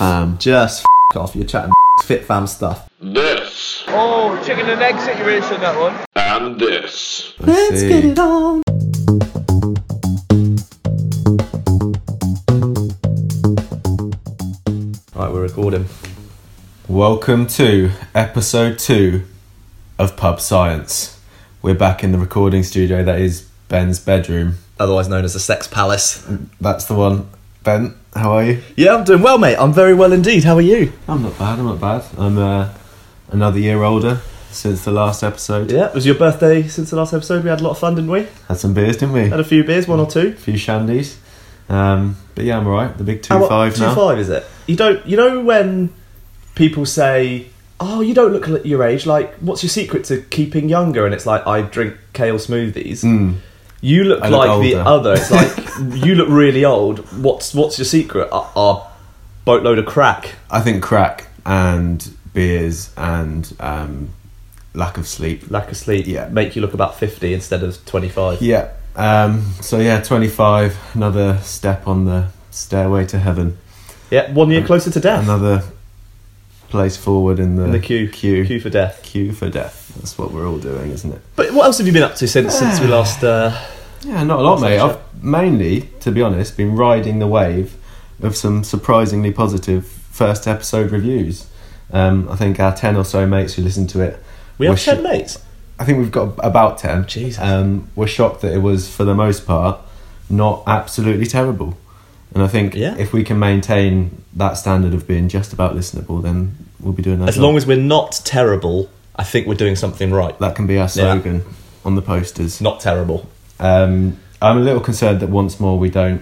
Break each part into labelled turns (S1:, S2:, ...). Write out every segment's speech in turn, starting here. S1: Um,
S2: Just f- off. You're chatting fit fam stuff.
S3: This
S4: Oh, chicken and egg situation, that one.
S3: and this.
S2: Let's get it on. Right, we're recording.
S1: Welcome to episode two of Pub Science. We're back in the recording studio that is Ben's bedroom.
S2: Otherwise known as the Sex Palace.
S1: That's the one. Ben, how are you?
S2: Yeah, I'm doing well, mate. I'm very well indeed. How are you?
S1: I'm not bad, I'm not bad. I'm uh, another year older since the last episode.
S2: Yeah, it was your birthday since the last episode. We had a lot of fun, didn't we?
S1: Had some beers, didn't we?
S2: Had
S1: A
S2: a few beers, one or two.
S1: few shandies. Um, but yeah, I'm alright. The big 2
S2: How-
S1: 5
S2: two
S1: now.
S2: five is it? You don't. You know when people say, "Oh, you don't look at your age." Like, what's your secret to keeping younger? And it's like, I drink kale smoothies. You look
S1: Hmm. I look
S2: like the
S1: older.
S2: other. It's like you look really old. What's what's your secret? A, a boatload of crack.
S1: I think crack and beers and um, lack of sleep.
S2: Lack of sleep
S1: Yeah.
S2: make you look about fifty instead of twenty five.
S1: Yeah. Um, so yeah, 25, another step on the stairway to heaven.
S2: Yeah, one year closer to death.
S1: Another place forward in the,
S2: In the queue,
S1: queue,
S2: queue for death.
S1: queue for death. That's what we're all doing, isn't it?
S2: But what else have you been up to since since we
S1: Ah.
S2: last? Uh,
S1: Yeah, not a lot, mate.
S2: Awesome.
S1: I've mainly, to be honest, been riding the wave of some surprisingly positive first episode reviews. Um, I think our 10 or so mates who listened to it.
S2: we have
S1: were
S2: ten
S1: sho-
S2: mates.
S1: I think we've got about 10.
S2: Jesus.
S1: Um, we're shocked that it was, for the most part, not absolutely terrible. And I think
S2: Yeah.
S1: if we can maintain that standard of being just about listenable, then we'll be doing that.
S2: As long as we're not terrible, I think we're doing something right.
S1: that can be our
S2: Yeah.
S1: slogan on the posters.
S2: Not terrible.
S1: Um, I'm a little concerned that once more we don't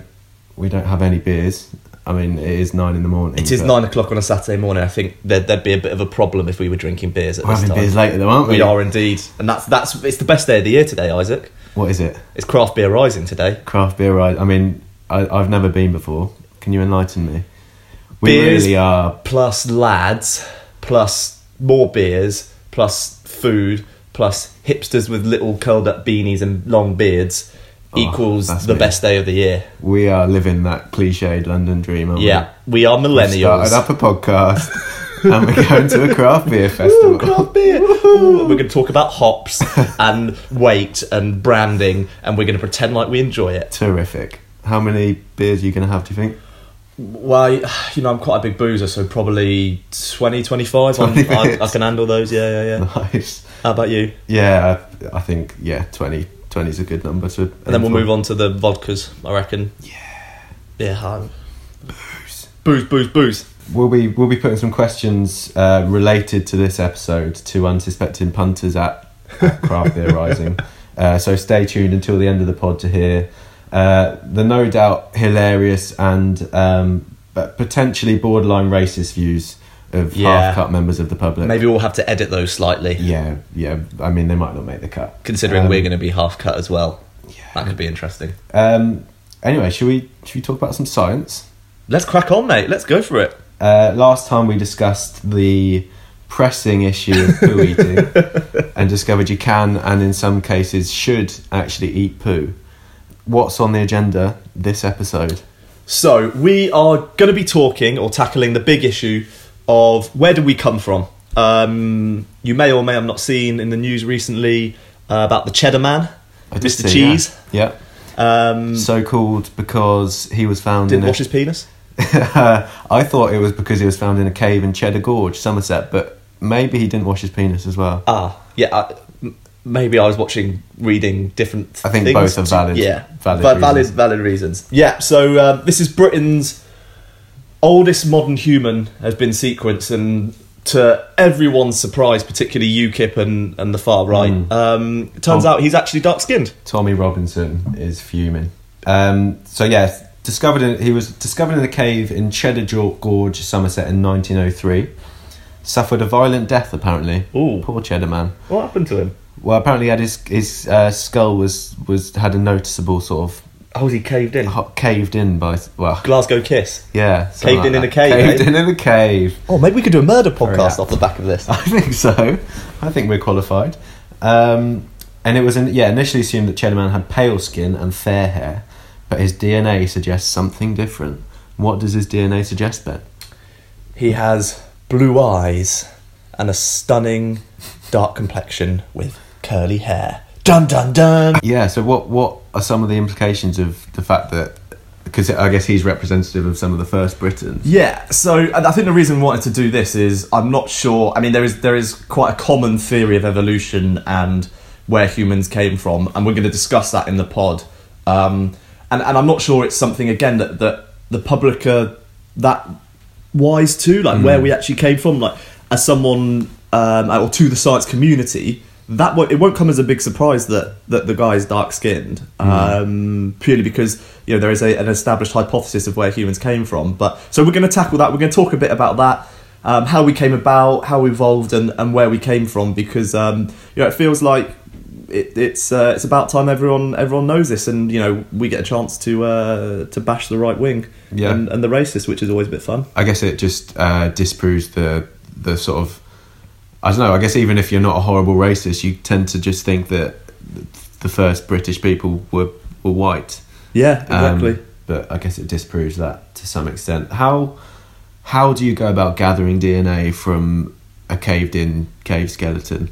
S1: we don't have any beers. I mean, it is nine in the morning.
S2: It is
S1: but
S2: nine o'clock on a Saturday morning. I think there'd, there'd be a bit of a problem if we were drinking beers at
S1: We're
S2: this
S1: having
S2: time.
S1: beers later, though, aren't we?
S2: We are indeed, and that's that's it's the best day of the year today, Isaac.
S1: What is it?
S2: It's craft beer rising today.
S1: Craft beer ride. I mean, I, I've never been before. Can you enlighten me? We
S2: Beers-
S1: really are
S2: Plus lads, plus more beers, plus food, plus hipsters with little curled up beanies and long beards equals
S1: Ah, that's
S2: the
S1: me.
S2: best day of the year.
S1: We are living that cliched London dream, aren't
S2: Yeah, we are
S1: we? We started
S2: millennials.
S1: up a podcast and we're going to a craft beer
S2: Ooh,
S1: festival.
S2: craft beer. Ooh, we're going to talk about hops and weight and branding, and we're going to pretend like we enjoy it.
S1: Terrific. How many beers are you going to have, do you think?
S2: Well, you know, I'm quite a big boozer, so probably 20, 25. I'm-
S1: 20
S2: I, I
S1: minutes.
S2: can handle those, yeah, yeah, yeah.
S1: Nice.
S2: How about you?
S1: Yeah, I, I think, yeah, 20. 20 is a good number to.
S2: And then we'll move on to the vodkas, I reckon. Yeah. Yeah. i Booze. Booze, booze, booze.
S1: We'll be, we'll be putting some questions uh, related to this episode to unsuspecting punters at, at Craft Beer Rising. Uh, so stay tuned until the end of the pod to hear uh, the no doubt hilarious and um, but potentially borderline racist views of
S2: Yeah.
S1: half cut members of the public.
S2: Maybe we'll have to edit those slightly,
S1: Yeah, yeah. I mean, they might not make the cut.
S2: considering
S1: Um,
S2: we're going to be half cut as well.
S1: Yeah.
S2: That could be interesting.
S1: Um, anyway, should we should we talk about some science?
S2: Let's crack on, mate. Let's go for it.
S1: Uh, last time we discussed the pressing issue of poo eating and discovered you can and in some cases should actually eat poo. What's on the agenda this episode?
S2: So, we are going to be talking or tackling the big issue of where do we come from? Um, you may or may have not seen in the news recently uh, about the Cheddar Man,
S1: I did
S2: Mr.
S1: see, yeah.
S2: Cheese.
S1: Yeah.
S2: Um,
S1: So called because he was found
S2: didn't
S1: in
S2: wash
S1: a,
S2: his penis.
S1: I thought it was because he was found in a cave in Cheddar Gorge, Somerset, but maybe he didn't wash his penis as well.
S2: Ah, yeah. I, m- maybe I was watching, reading different.
S1: I think
S2: things.
S1: both are valid-
S2: Yeah,
S1: valid
S2: Va- valid,
S1: reasons.
S2: valid reasons. Yeah. So um, this is Britain's oldest modern human has been sequenced, and to everyone's surprise, particularly UKIP and, and the far right, um, it turns
S1: Hmm. Oh.
S2: out he's actually dark skinned.
S1: Tommy Robinson is fuming. Um, so yeah, discovered in, he was discovered in a cave in Cheddar Gor- Gorge, Somerset, in 1903. Suffered a violent death apparently.
S2: Ooh.
S1: poor Cheddar man.
S2: What happened to him?
S1: Well, apparently he had his his uh, skull was was had a noticeable sort of
S2: Oh, he caved in.
S1: hot, caved in by well
S2: Glasgow Kiss.
S1: yeah something
S2: Caved in in
S1: that.
S2: a cave,
S1: caved
S2: eh?
S1: in in a cave.
S2: Oh, maybe we could do a murder podcast
S1: apt.
S2: off the back of this.
S1: I think so. I think we're qualified. Um, and it was, an, yeah, initially assumed that Cheddar Man had pale skin and fair hair, but his DNA suggests something different. What does his DNA suggest, Ben?
S2: He has blue eyes and a stunning dark complexion with curly hair. Dun dun dun.
S1: Yeah. So what what are some of the implications of the fact that because I guess he's representative of some of the first Britons.
S2: Yeah, so and I think the reason I wanted to do this is I'm not sure. I mean, there is there is quite a common theory of evolution and where humans came from, and we're going to discuss that in the pod. Um, and and I'm not sure it's something again that that the public are that wise to, like where we actually came from. Like as someone um, or to the science community, that won't, it won't come as a big surprise that that the guy is dark skinned, um, purely because you know there is a, an established hypothesis of where humans came from. But so we're going to tackle that. We're going to talk a bit about that. Um, how we came about, how we evolved, and, and where we came from, because um, you know it feels like it, it's uh, it's about time everyone everyone knows this, and you know we get a chance to uh, to bash the right wing
S1: Yeah.
S2: and, and the racists, which is always a bit fun.
S1: I guess it just uh, disproves the the sort of I don't know. I guess even if you're not a horrible racist, you tend to just think that the first British people were were white.
S2: Yeah,
S1: Um,
S2: exactly.
S1: but I guess it disproves that to some extent. How how do you go about gathering DNA from a caved-in cave skeleton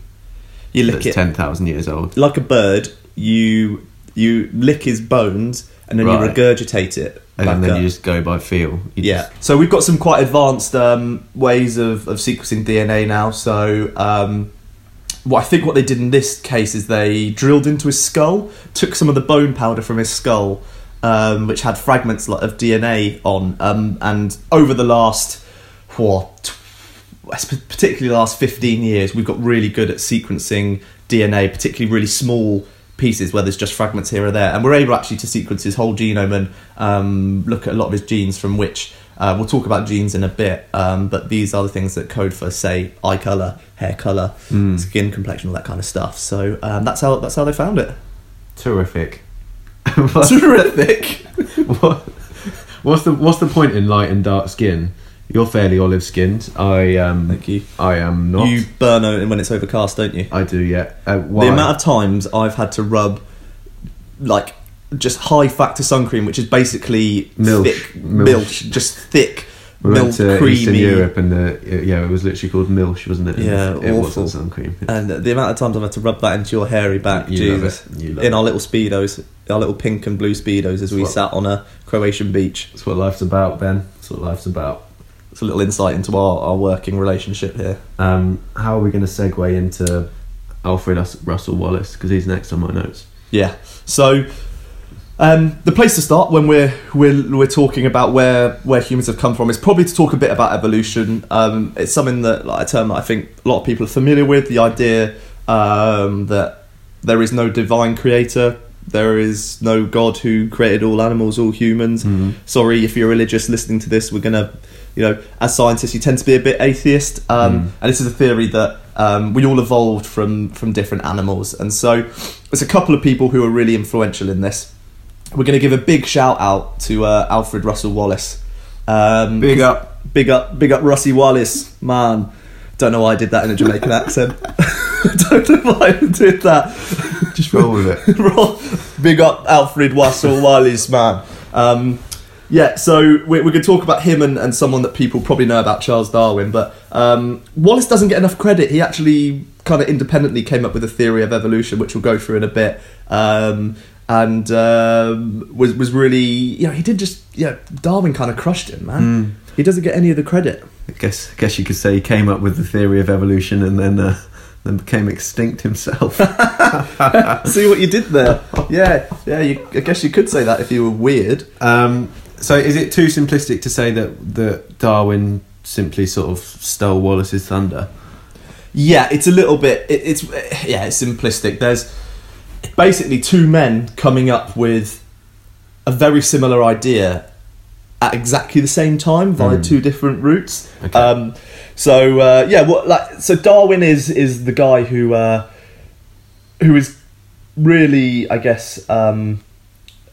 S2: you lick
S1: that's
S2: it
S1: ten thousand years old?
S2: like a bird. You you lick his bones, and then you
S1: Right.
S2: regurgitate it.
S1: And
S2: back
S1: then
S2: up.
S1: you just go by feel. You
S2: Yeah.
S1: just-
S2: So we've got some quite advanced um, ways of, of sequencing DNA now. So um, what I think what they did in this case is they drilled into his skull, took some of the bone powder from his skull, um, which had fragments lo- of DNA on, um, and over the last what I suppose particularly the last 15 years, we've got really good at sequencing DNA, particularly really small pieces where there's just fragments here or there. And we're able actually to sequence his whole genome and um, look at a lot of his genes from which uh, we'll talk about genes in a bit. Um, but these are the things that code for, say, eye colour, hair colour,
S1: Hmm.
S2: skin complexion, all that kind of stuff. So um, that's how that's how they found it.
S1: terrific. What-
S2: Terrific.
S1: what, what's the what's the point in light and dark skin? You're fairly olive skinned. I um,
S2: Thank you.
S1: I am not.
S2: You burn out when it's overcast, don't you?
S1: I do. Yeah. Uh, why?
S2: The amount of times I've had to rub like just high factor sun cream, which is basically
S1: Milch.
S2: thick
S1: Milch.
S2: milk, just thick
S1: we
S2: milk
S1: went to
S2: creamy.
S1: Eastern Europe and the yeah, it was literally called Milch, wasn't it?
S2: Yeah,
S1: it
S2: awful.
S1: wasn't sun cream.
S2: And the amount of times I've had to rub that into your hairy back,
S1: You love
S2: Jesus,
S1: it. You love
S2: in
S1: it.
S2: our little speedos, our little pink and blue speedos, as we
S1: Well-
S2: sat on a Croatian beach.
S1: That's what life's about, Ben. That's what life's about.
S2: It's a little insight into our, our working relationship here.
S1: Um, how are we going to segue into Alfred Us- Russel Wallace because he's next on my notes?
S2: Yeah. So um, the place to start when we're we're we're talking about where where humans have come from is probably to talk a bit about evolution. Um, it's something that like, a term that I think a lot of people are familiar with. The idea um, that there is no divine creator. There is no God who created all animals, all humans. Sorry if you're religious listening to this. We're gonna, you know, as scientists, you tend to be a bit atheist. Um, And this is a theory that um, we all evolved from from different animals. And so, there's a couple of people who are really influential in this. We're going to give a big shout out to uh, Alfred Russel Wallace. Um,
S1: Big up.
S2: big up, big up, Russie Wallace, man. Don't know why I did that in a Jamaican accent. Don't know why I did that.
S1: Just roll with it.
S2: Roll- Big up Alfred Russel Wallace, man. Um, yeah, so we're, we're going to talk about him and, and someone that people probably know about, Charles Darwin. But um, Wallace doesn't get enough credit. He actually kind of independently came up with a theory of evolution, which we'll go through in a bit. Um, and um, was was really, you know, he did just, yeah, Darwin kind of crushed him, man. He doesn't get any of the credit.
S1: I guess, I guess you could say he came up with the theory of evolution and then uh, then became extinct himself.
S2: See what you did there? Yeah, yeah. You, I guess you could say that if you were weird.
S1: um, so, is it too simplistic to say that that Darwin simply sort of stole Wallace's thunder?
S2: Yeah, it's a little bit. It, it's yeah, it's simplistic. There's basically two men coming up with a very similar idea at exactly the same time via two different routes.
S1: Okay.
S2: Um, so uh, yeah, what like so Darwin is is the guy who uh, who is really, I guess, um,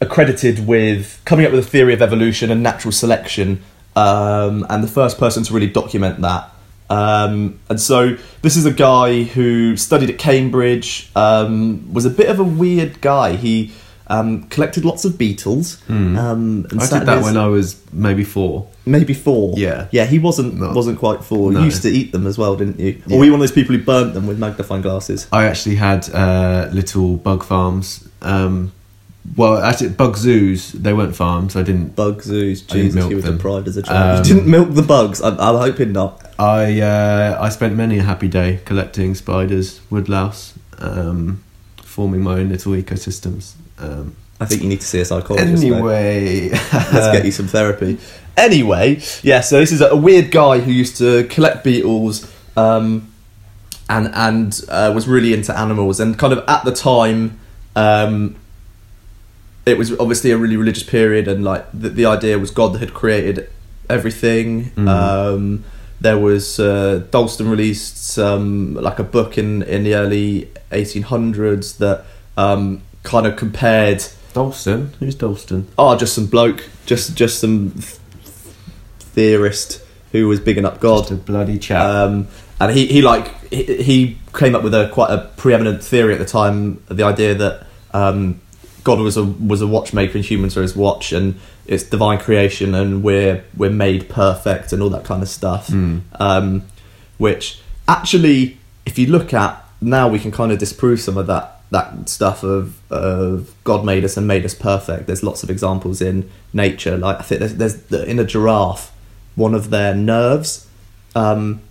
S2: accredited with coming up with a theory of evolution and natural selection, um, and the first person to really document that. Um, and so this is a guy who studied at Cambridge, um, was a bit of a weird guy. He Um, collected lots of beetles. Um, and
S1: Hmm. I did that
S2: Saturdays-
S1: when I was maybe four.
S2: maybe four.
S1: Yeah.
S2: yeah. He wasn't
S1: No.
S2: wasn't quite four.
S1: No.
S2: You used to eat them as well, didn't you?
S1: Yeah.
S2: Or were you one of those people who burnt them with magnifying glasses?
S1: I actually had uh, little bug farms. Um, well, actually, bug zoos. They weren't farms. I didn't.
S2: Bug zoos.
S1: I didn't
S2: Jesus,
S1: milk
S2: you were
S1: them.
S2: deprived as a child.
S1: Um,
S2: you didn't milk the bugs. I'm, I'm hoping not.
S1: I uh, I spent many a happy day collecting spiders, woodlouse, um, forming my own little ecosystems. Um,
S2: I think you need to see a psychologist. mate.
S1: anyway,
S2: Let's get you some therapy. Anyway, yeah, so this is a weird guy who used to collect beetles um, and and uh, was really into animals. And kind of at the time, um, it was obviously a really religious period, and like the, the idea was God had created everything. Um, there was uh, Dalston released some like a book in in the early 1800s that um, kind of compared
S1: Dalston. Who's Dalston?
S2: oh, just some bloke, just just some th- theorist who was bigging up God.
S1: Just a bloody chap.
S2: Um, and he, he like he, he came up with a quite a preeminent theory at the time, the idea that um, God was a was a watchmaker and humans are his watch, and it's divine creation, and we're we're made perfect, and all that kind of stuff. Um, which actually, if you look at now, we can kind of disprove some of that that stuff of of God made us and made us perfect. There's lots of examples in nature. Like I think there's, there's the, in a giraffe, one of their nerves. Um,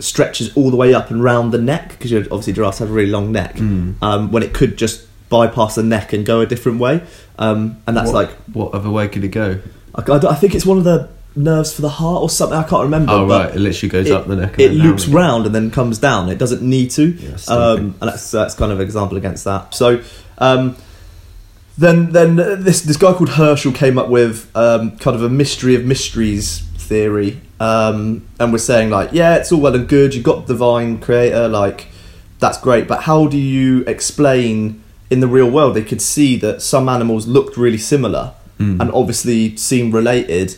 S2: stretches all the way up and round the neck because obviously giraffes have a really long neck
S1: Hmm.
S2: um, when it could just bypass the neck and go a different way um, and that's
S1: what,
S2: like
S1: what other way could it go?
S2: I, I don't- I think it's one of the nerves for the heart or something I can't remember
S1: Oh
S2: but
S1: right, it literally goes
S2: it,
S1: up the neck. And
S2: it
S1: then down
S2: loops
S1: again.
S2: round and then comes down it doesn't need to
S1: it's
S2: um, and that's that's kind of an example against that so um, then then uh, this this guy called Herschel came up with um, kind of a mystery of mysteries theory, um, and was saying like, yeah, it's all well and good, you've got divine creator, like that's great, but how do you explain in the real world? They could see that some animals looked really similar,
S1: Hmm.
S2: and obviously seemed related,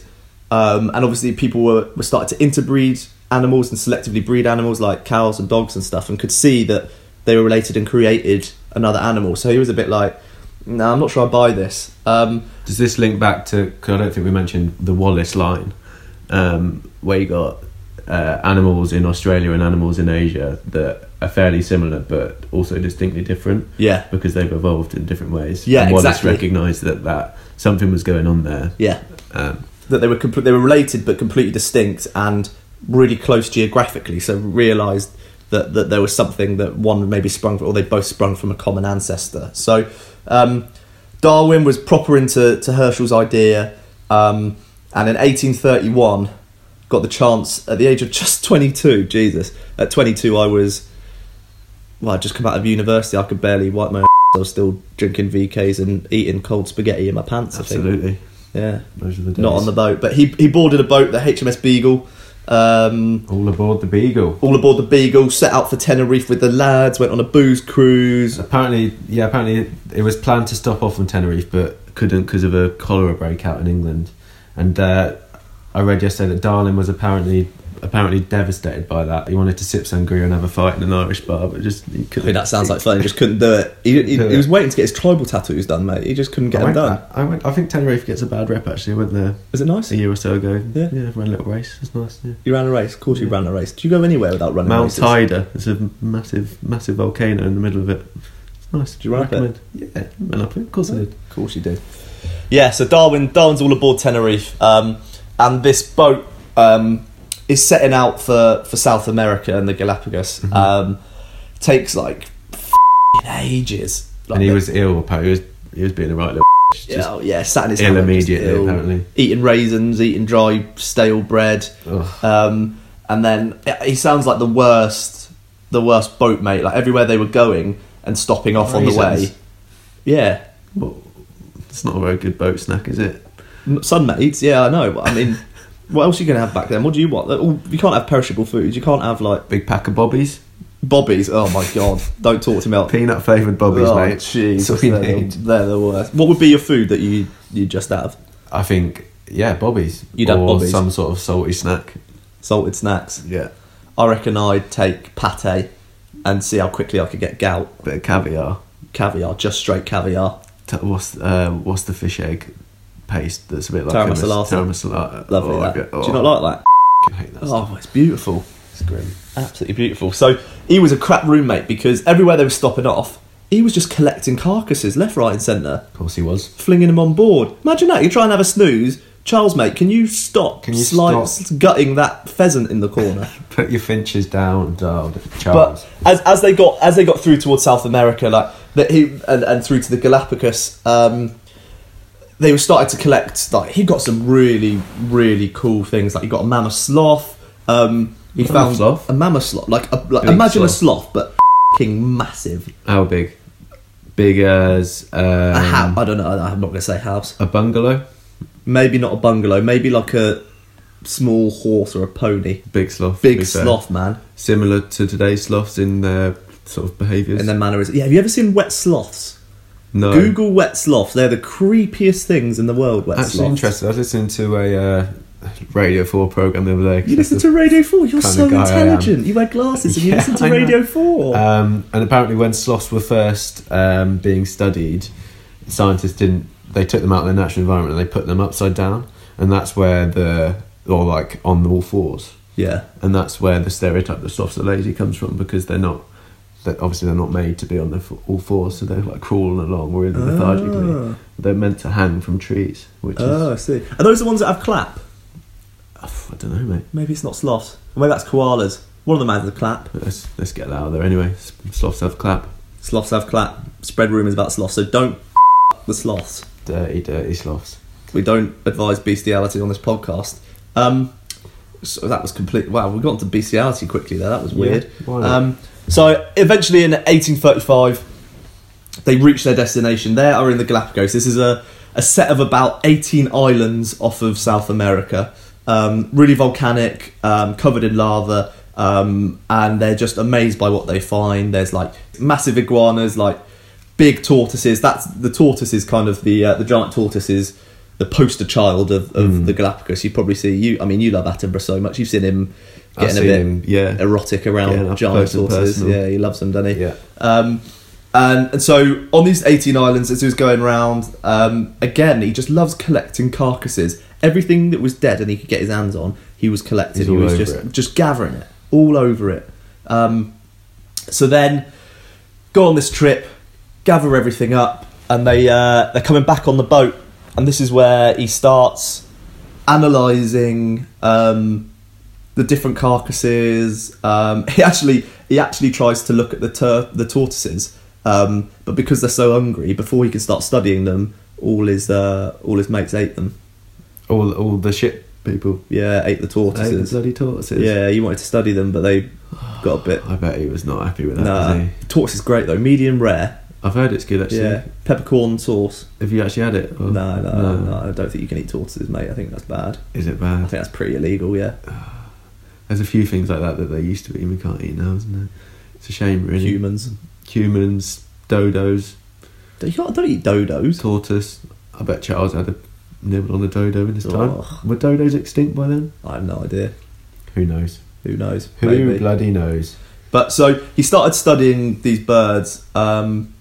S2: um, and obviously people were were starting to interbreed animals and selectively breed animals like cows and dogs and stuff, and could see that they were related and created another animal. So he was a bit like, no, I'm not sure I buy this. Um,
S1: Does this link back to? Because I don't think we mentioned the Wallace line, um, where you got uh, animals in Australia and animals in Asia that are fairly similar but also distinctly different.
S2: Yeah.
S1: because they've evolved in different ways.
S2: Yeah,
S1: and Wallace
S2: exactly.
S1: recognised that that something was going on there.
S2: yeah,
S1: Um,
S2: that they were compl- they were related but completely distinct and really close geographically. So realised that that there was something that one maybe sprung from, or they both sprung from a common ancestor. So um, Darwin was proper into to Herschel's idea, um, and in 1831 got the chance at the age of just 22. Jesus, at 22 I was. well, I'd just come out of university. I could barely wipe my. ass. I was still drinking VKs and eating cold spaghetti in my pants. I think.
S1: absolutely,
S2: Yeah.
S1: those are the days.
S2: Not on the boat, but he he boarded a boat, the HMS Beagle. Um,
S1: all aboard the Beagle.
S2: all aboard the Beagle, set out for Tenerife with the lads. Went on a booze cruise.
S1: Apparently, yeah, apparently it was planned to stop off on Tenerife, but couldn't because of a cholera breakout in England. And uh, I read yesterday that Darwin was apparently apparently devastated by that. He wanted to sip sangria and have a fight in an Irish bar, but just he
S2: I
S1: couldn't.
S2: mean, that sounds like fun. He just couldn't do it. He, he, he was waiting to get his tribal tattoos done, mate. He just couldn't get
S1: I
S2: them
S1: went,
S2: done.
S1: I went. I think Tenerife gets a bad rep. Actually, I went there
S2: Was it nice?
S1: a year or so ago.
S2: Yeah.
S1: yeah, ran a little race. It's nice. Yeah.
S2: You ran a race. Of course, you ran a race. Do you go anywhere without running
S1: Mount
S2: races?
S1: Ida. It's a massive, massive volcano in the middle of it. It's nice.
S2: Do you run up it?
S1: Yeah, went up it. Of course I did.
S2: Of course you did. Yeah, so Darwin, Darwin's all aboard Tenerife, um, and this boat um, is setting out for, for South America and the Galapagos.
S1: Mm-hmm.
S2: Um, takes like f***ing ages. Like
S1: and he
S2: the-
S1: was ill. Apparently, he was he was being a right little. bitch,
S2: yeah,
S1: Just,
S2: oh, yeah, sat in his
S1: ill
S2: hammock, just
S1: immediately, apparently.
S2: eating raisins, eating dry stale bread,
S1: Ugh.
S2: um, and then he sounds like the worst, the worst boatmate. Like everywhere they were going and stopping off on the way.
S1: Raisins.
S2: Yeah,
S1: well, it's not a very good boat snack, is it?
S2: M- Sunmates, yeah, I know. But I mean, what else are you going to have back then? What do you want? Like, all- You can't have perishable foods. You can't have like
S1: Big pack of bobbies,
S2: bobbies. Oh my god! Don't talk to me. About,
S1: peanut flavoured bobbies,
S2: oh,
S1: mate.
S2: jeez,
S1: That's all you
S2: they're,
S1: need.
S2: the, they're the worst. What would be your food that you you just have?
S1: I think yeah, bobbies.
S2: You'd
S1: or
S2: have bobbies.
S1: some sort of salty snack.
S2: Salted snacks.
S1: Yeah,
S2: I reckon I'd take pate and see how quickly I could get gout.
S1: bit of caviar.
S2: Caviar, just straight caviar.
S1: t- what's uh, what's the fish egg paste that's a bit like
S2: Tarama
S1: a mis-
S2: salata.
S1: Tarama salata.
S2: Lovely.
S1: Oh,
S2: that.
S1: I go-
S2: Do you not
S1: oh,
S2: like that?
S1: I hate that. stuff.
S2: Oh, it's beautiful.
S1: It's grim.
S2: Absolutely beautiful. So he was a crap roommate because everywhere they were stopping off, he was just collecting carcasses left, right, and centre,
S1: Of course he was.
S2: flinging them on board. Imagine that. You try and have a snooze. Charles, mate, can you stop
S1: Can you
S2: sli-
S1: stop?
S2: gutting that pheasant in the corner?
S1: Put your finches down, oh, Charles.
S2: but as, as they got as they got through towards South America, like that he and, and through to the Galapagos, um, they were starting to collect. Like he got some really really cool things. Like he got a mammoth sloth. Um, he
S1: Mammoth
S2: found
S1: sloth?
S2: a mammoth sloth. Like, a, like
S1: Big
S2: imagine
S1: sloth.
S2: a sloth, but fucking massive.
S1: How big? Big as um,
S2: A house. I don't know. I'm not gonna say house.
S1: a bungalow.
S2: Maybe not a bungalow. Maybe like a small horse or a pony.
S1: Big sloth.
S2: Big
S1: to be fair.
S2: sloth, man.
S1: Similar to today's sloths in their sort of behaviours.
S2: And their manner is. Yeah. Have you ever seen wet sloths?
S1: no.
S2: Google wet sloths. They're the creepiest things in the world. Wet
S1: Actually,
S2: sloths.
S1: interesting. I was listening to a uh, Radio Four program the other day.
S2: You listen to Radio Four. You're
S1: Kinda
S2: so
S1: guy I am.
S2: intelligent. You wear glasses and you
S1: Yeah,
S2: listen
S1: I
S2: to
S1: know.
S2: Radio Four.
S1: Um, and apparently, when sloths were first um, being studied, scientists didn't. They took them out of their natural environment and they put them upside down, and that's where the or like on all fours,
S2: yeah.
S1: and that's where the stereotype that sloths are lazy comes from because they're not. That obviously they're not made to be on the f- all fours, so they're like crawling along really lethargically.
S2: Ah.
S1: They're meant to hang from trees, which
S2: Oh, I
S1: is
S2: see. Are those the ones that have clap?
S1: I don't know, mate.
S2: Maybe it's not sloths. Or maybe that's koalas. One of them has a clap.
S1: Let's let's get that out of there anyway. S- Sloths have clap,
S2: Sloths have clap. Spread rumours about sloths, so don't f- the sloths.
S1: dirty, dirty sloths.
S2: We don't advise bestiality on this podcast. Um, so that was complete. Wow, we got into bestiality quickly there. That was weird.
S1: why not?
S2: um, so eventually, in 1835, they reach their destination. They are in the Galapagos. This is a, a set of about 18 islands off of South America. Um, really volcanic, um, covered in lava, um, and they're just amazed by what they find. There's like massive iguanas, like big tortoises. That's the tortoise is kind of the uh, the giant tortoise is the poster child of, of
S1: Mm.
S2: the Galapagos. You probably see you. I mean, you love Attenborough so much. You've seen him
S1: I've
S2: getting a
S1: seen
S2: bit
S1: him, yeah.
S2: erotic around
S1: Getting up
S2: giant
S1: close and
S2: tortoises.
S1: personal.
S2: Yeah, he loves them, doesn't he?
S1: Yeah.
S2: Um, and, and so on these 18 islands, as he was going around, um, again, he just loves collecting carcasses. Everything that was dead and he could get his hands on, he was collecting.
S1: He's
S2: he
S1: all
S2: was
S1: over
S2: just,
S1: it.
S2: just gathering it, all over it. Um, so then go on this trip, gather everything up, and they uh, they're coming back on the boat, and this is where he starts analysing um, the different carcasses. Um, he actually he actually tries to look at the tur- the tortoises, um, but because they're so hungry, before he can start studying them, all his uh, all his mates ate them.
S1: All all the shit people.
S2: Yeah, ate the
S1: Ate the
S2: tortoises.
S1: bloody tortoises.
S2: Yeah, he wanted to study them, but they got a bit.
S1: I bet he was not happy with that. was
S2: Nah,
S1: he?
S2: tortoise is great though, medium rare.
S1: I've heard it's good actually.
S2: Yeah, peppercorn sauce.
S1: Have you actually had it? Or-
S2: No, no, no, I don't think you can eat tortoises, mate. I think that's bad.
S1: Is it
S2: I
S1: bad?
S2: think that's pretty illegal. Yeah,
S1: There's a few things like that that they used to eat and we can't eat now, isn't there? It's a shame, really.
S2: humans.
S1: Humans, dodos,
S2: Don't, you can't- don't eat dodos.
S1: tortoise. I bet Charles had a nibble on a dodo in his time.
S2: Oh.
S1: Were dodos extinct by then?
S2: I have no idea.
S1: Who knows?
S2: Who knows?
S1: Who
S2: Maybe.
S1: bloody knows?
S2: But so he started studying these birds, um,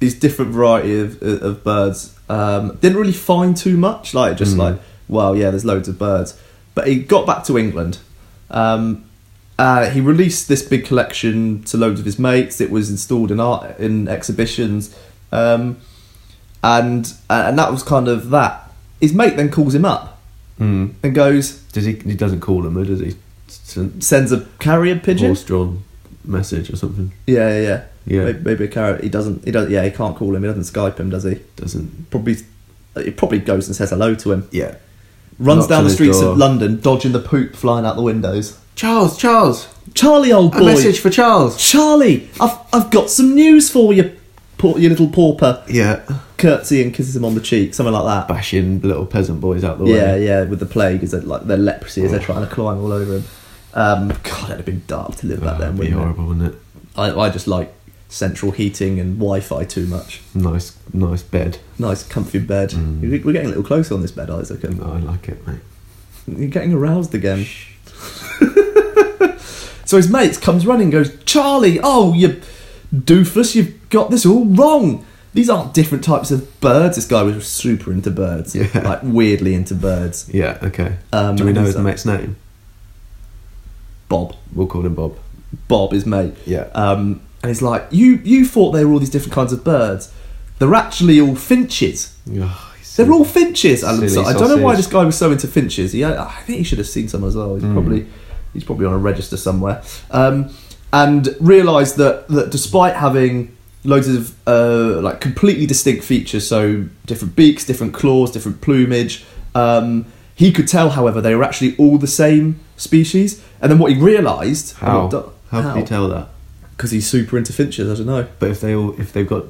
S2: these different variety of, of birds. Um, didn't really find too much, like just
S1: Mm.
S2: like, well, yeah, there's loads of birds. But he got back to England. Um, uh, he released this big collection to loads of his mates. It was installed in art in exhibitions, um, and uh, and that was kind of that. His mate then calls him up
S1: Mm.
S2: and goes,
S1: Does he? He doesn't call them, or does he? Send
S2: sends a carrier pigeon.
S1: horse-drawn message or something.
S2: Yeah, yeah, yeah.
S1: Yeah.
S2: Maybe, maybe a carrot. He doesn't. He doesn't. Yeah, he can't call him. He doesn't Skype him, does he?
S1: Doesn't.
S2: Probably. He probably goes and says hello to him.
S1: Yeah.
S2: Runs
S1: Knocks on
S2: down the
S1: his
S2: streets
S1: door.
S2: of London, dodging the poop flying out the windows.
S1: Charles, Charles,
S2: Charlie, old
S1: a
S2: boy.
S1: message for Charles.
S2: Charlie, I've I've got some news for you, poor, you little pauper.
S1: Yeah.
S2: Curtsy and kisses him on the cheek, something like that.
S1: Bashing little peasant boys out the
S2: Yeah,
S1: way.
S2: yeah, with the plague as they're, like their leprosy as
S1: Oh.
S2: they're trying to climb all over him. Um, God, that'd have been dark to live
S1: Oh,
S2: back then.
S1: that'd be
S2: wouldn't it?
S1: horrible, wouldn't it?
S2: I I just like central heating and Wi-Fi too much.
S1: Nice, nice bed.
S2: Nice, comfy bed. We- We're getting a little closer on this bed, Isaac. and
S1: I like it, mate.
S2: You're getting aroused again. so his mates comes running, goes, Charlie, oh you doofus, you've got this all wrong. these aren't different types of birds. This guy was super into birds,
S1: Yeah.
S2: like weirdly into birds.
S1: Yeah, okay.
S2: Um,
S1: Do we know
S2: and
S1: his
S2: so-
S1: mate's name?
S2: Bob,
S1: We'll call him Bob.
S2: Bob, his mate.
S1: Yeah.
S2: Um, and he's like, you you thought they were all these different kinds of birds. They're actually all finches.
S1: Oh, he's
S2: They're
S1: so-
S2: all finches. Alan. So
S1: Silly
S2: I don't know why
S1: sausage. Hmm.
S2: this guy was so into finches. He, I think he should have seen some as well. He's probably he's probably on a register somewhere. Um, and realised that that despite having loads of uh, like completely distinct features, so different beaks, different claws, different plumage, um, he could tell. However, they were actually all the same species. And then what he realised
S1: How? How, can you tell that?
S2: because he's super into finches. I don't know.
S1: But if they all, if they've got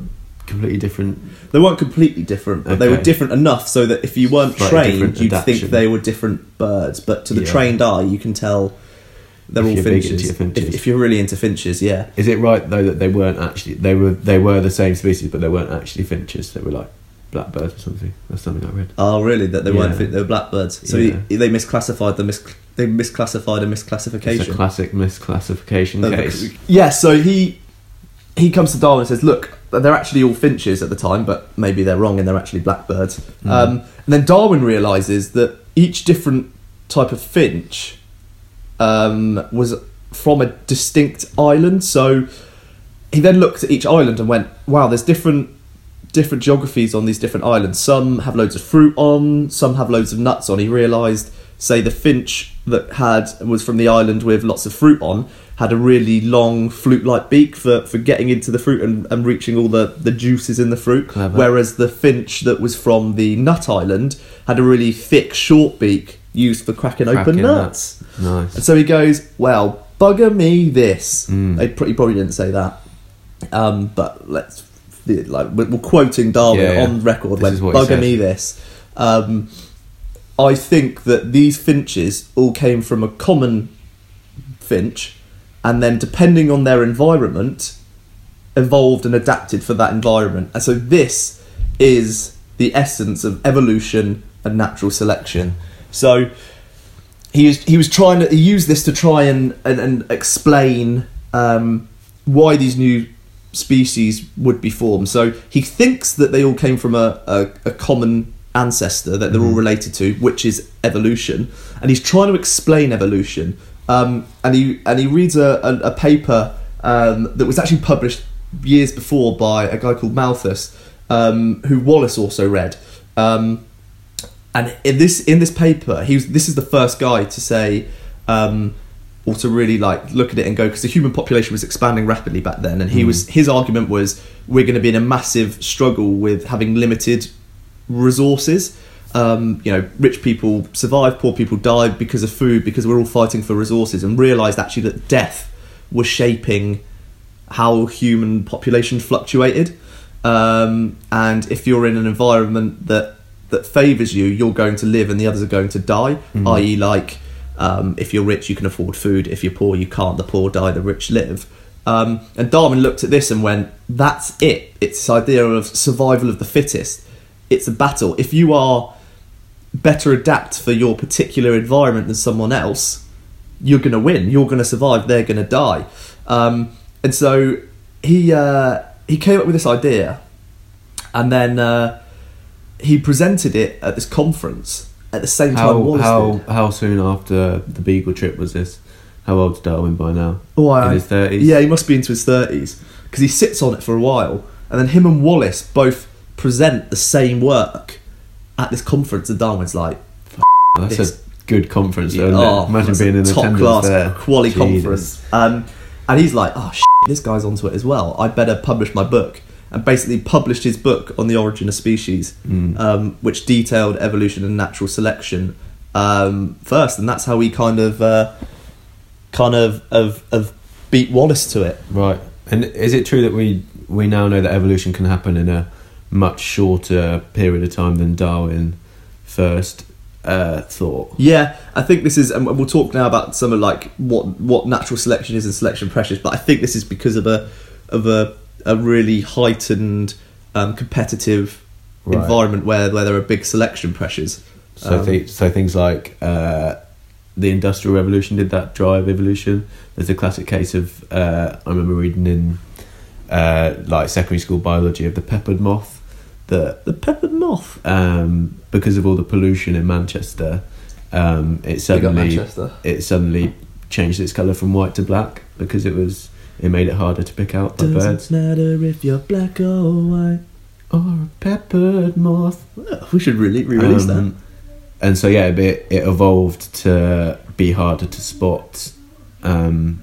S1: completely different,
S2: They weren't completely different, but they were
S1: Okay.
S2: different enough so that if you weren't
S1: Slightly
S2: trained,
S1: different
S2: you'd
S1: adaptation.
S2: think they were different birds. But to the
S1: Yeah.
S2: trained eye, you can tell they're
S1: If
S2: all
S1: you're big into
S2: finches.
S1: your finches.
S2: If, if you're really into finches, yeah.
S1: is it right though that they weren't actually they were they were the same species, but they weren't actually finches. They were like blackbirds or something. That's something I read.
S2: Oh, really? That they weren't
S1: Yeah.
S2: fin- they were blackbirds. So
S1: Yeah.
S2: he, they misclassified the mis- they misclassified a misclassification.
S1: It's a classic misclassification
S2: Uh,
S1: case.
S2: Yeah, so he he comes to Darwin and says, "Look, they're actually all finches at the time, but maybe they're wrong and they're actually blackbirds."
S1: Mm.
S2: Um, and then Darwin realizes that each different type of finch um, was from a distinct island. So he then looked at each island and went, "Wow, there's different." Different geographies on these different islands. Some have loads of fruit on, some have loads of nuts on. He realised, say, the finch that had was from the island with lots of fruit on had a really long flute-like beak for, for getting into the fruit and, and reaching all the, the juices in the fruit.
S1: Clever.
S2: Whereas the finch that was from the nut island had a really thick, short beak used for cracking,
S1: Cracking
S2: open nuts.
S1: Nice. Mm.
S2: And so he goes, "Well, bugger me this." They pr- he probably didn't say that, um, but let's like we're, we're quoting Darwin
S1: Yeah, yeah.
S2: on record.
S1: This
S2: When
S1: is what he
S2: bugger
S1: said.
S2: me this, um, I think that these finches all came from a common finch, and then depending on their environment, evolved and adapted for that environment. And so this is the essence of evolution and natural selection. So he was he was trying to he used this to try and and, and explain um, why these new species would be formed. So he thinks that they all came from a, a, a common ancestor that they're all related to, which is evolution, and he's trying to explain evolution. Um, and he and he reads a, a, a paper um, that was actually published years before by a guy called Malthus, um, who Wallace also read. Um, and in this in this paper, he was this is the first guy to say, um, or to really like look at it and go because the human population was expanding rapidly back then, and he was his argument was we're going to be in a massive struggle with having limited resources. Um, you know, rich people survive, poor people die because of food, because we're all fighting for resources, and realised actually that death was shaping how human population fluctuated. Um, and if you're in an environment that that favours you, you're going to live, and the others are going to die. I.e., like um, if you're rich, you can afford food. If you're poor, you can't. The poor die, the rich live. Um, and Darwin looked at this and went, "That's it. It's this idea of survival of the fittest. It's a battle. If you are better adapt for your particular environment than someone else, you're going to win. You're going to survive. They're going to die. Um, and so he uh, he came up with this idea, and then uh, he presented it at this conference at the same time.
S1: How
S2: Wallace
S1: how
S2: did.
S1: how soon after the Beagle trip was this? How old's Darwin by now?
S2: Oh, I-
S1: In his thirties.
S2: Yeah, he must be into his thirties because he sits on it for a while, and then him and Wallace both present the same work at this conference, and Darwin's like,
S1: that's
S2: this-
S1: a good conference. though,
S2: Yeah,
S1: isn't it?
S2: oh,
S1: Imagine
S2: that's
S1: being
S2: a
S1: in
S2: top
S1: attendance
S2: class
S1: there.
S2: quality
S1: Jesus.
S2: conference. Um, and he's like, oh, shit, this guy's onto it as well. I better publish my book. And basically published his book on the origin of species,
S1: Hmm.
S2: um, which detailed evolution and natural selection um, first, and that's how he kind of, uh, kind of, of, of beat Wallace to it.
S1: Right. And is it true that we we now know that evolution can happen in a much shorter period of time than Darwin first uh, thought?
S2: Yeah, I think this is, and we'll talk now about some of like what what natural selection is and selection pressures. But I think this is because of a of a a really heightened um, competitive
S1: Right.
S2: environment where where there are big selection pressures.
S1: So
S2: Um,
S1: thi- so things like uh, the Industrial Revolution did that drive evolution. There's a classic case of uh, I remember reading in uh, like secondary school biology of the peppered moth that
S2: The peppered moth.
S1: um, because of all the pollution in Manchester, um, it
S2: up
S1: suddenly
S2: Manchester.
S1: it suddenly changed its colour from white to black because it was it made it harder to pick out by birds.
S2: matter if you're black or white.
S1: Or a peppered moth.
S2: We should really re-release
S1: Um, And so yeah, it, it evolved to be harder to spot um,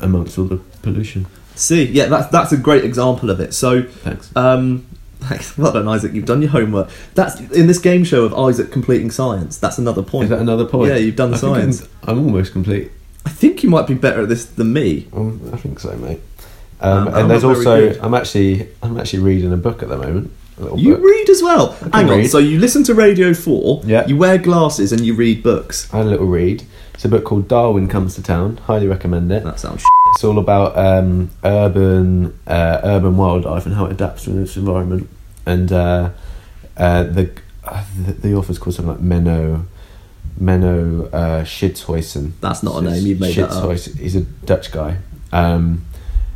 S1: amongst all the pollution.
S2: that. See, yeah, that's that's a great example of it. So,
S1: Thanks.
S2: um, well done, Isaac. You've done your homework. That's in this game show of Isaac completing science. That's another point.
S1: Is that another point?
S2: Yeah, you've done
S1: I think
S2: science.
S1: I'm, I'm almost complete.
S2: I think you might be better at this than me.
S1: Well, I think so, mate. Um,
S2: Um, I'm
S1: and there's
S2: not very
S1: also
S2: good.
S1: I'm actually I'm actually reading a book at the moment. A little
S2: You
S1: book.
S2: read as well.
S1: I can
S2: Hang on.
S1: read.
S2: So you listen to Radio Four.
S1: Yeah.
S2: You wear glasses and you read books.
S1: I had a little read. It's a book called Darwin Comes to Town. Highly recommend it.
S2: That sounds.
S1: It's all about um, urban uh, urban wildlife and how it adapts to its environment. And uh, uh, the, uh, the the author's called something like Menno Menno uh, Schitthuysen.
S2: That's not a name, you've made that up.
S1: Schitthuysen. He's a Dutch guy, um,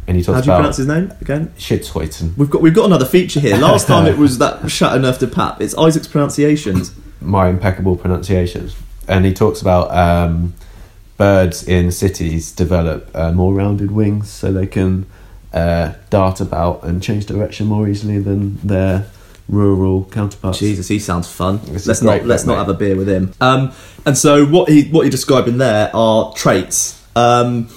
S1: and he
S2: How
S1: talks
S2: do you
S1: about
S2: pronounce his name again?
S1: Schitthuysen.
S2: We've got we've got another feature here. Last time it was that shut enough to pap. It's Isaac's pronunciations.
S1: my impeccable pronunciations. And he talks about um, birds in cities develop uh, more rounded wings so they can uh, dart about and change direction more easily than their rural counterparts.
S2: Jesus, he sounds fun.
S1: This is
S2: let's not
S1: great,
S2: let's not
S1: mate.
S2: have a beer with him. Um, and so what he what you're describing there are traits. Um,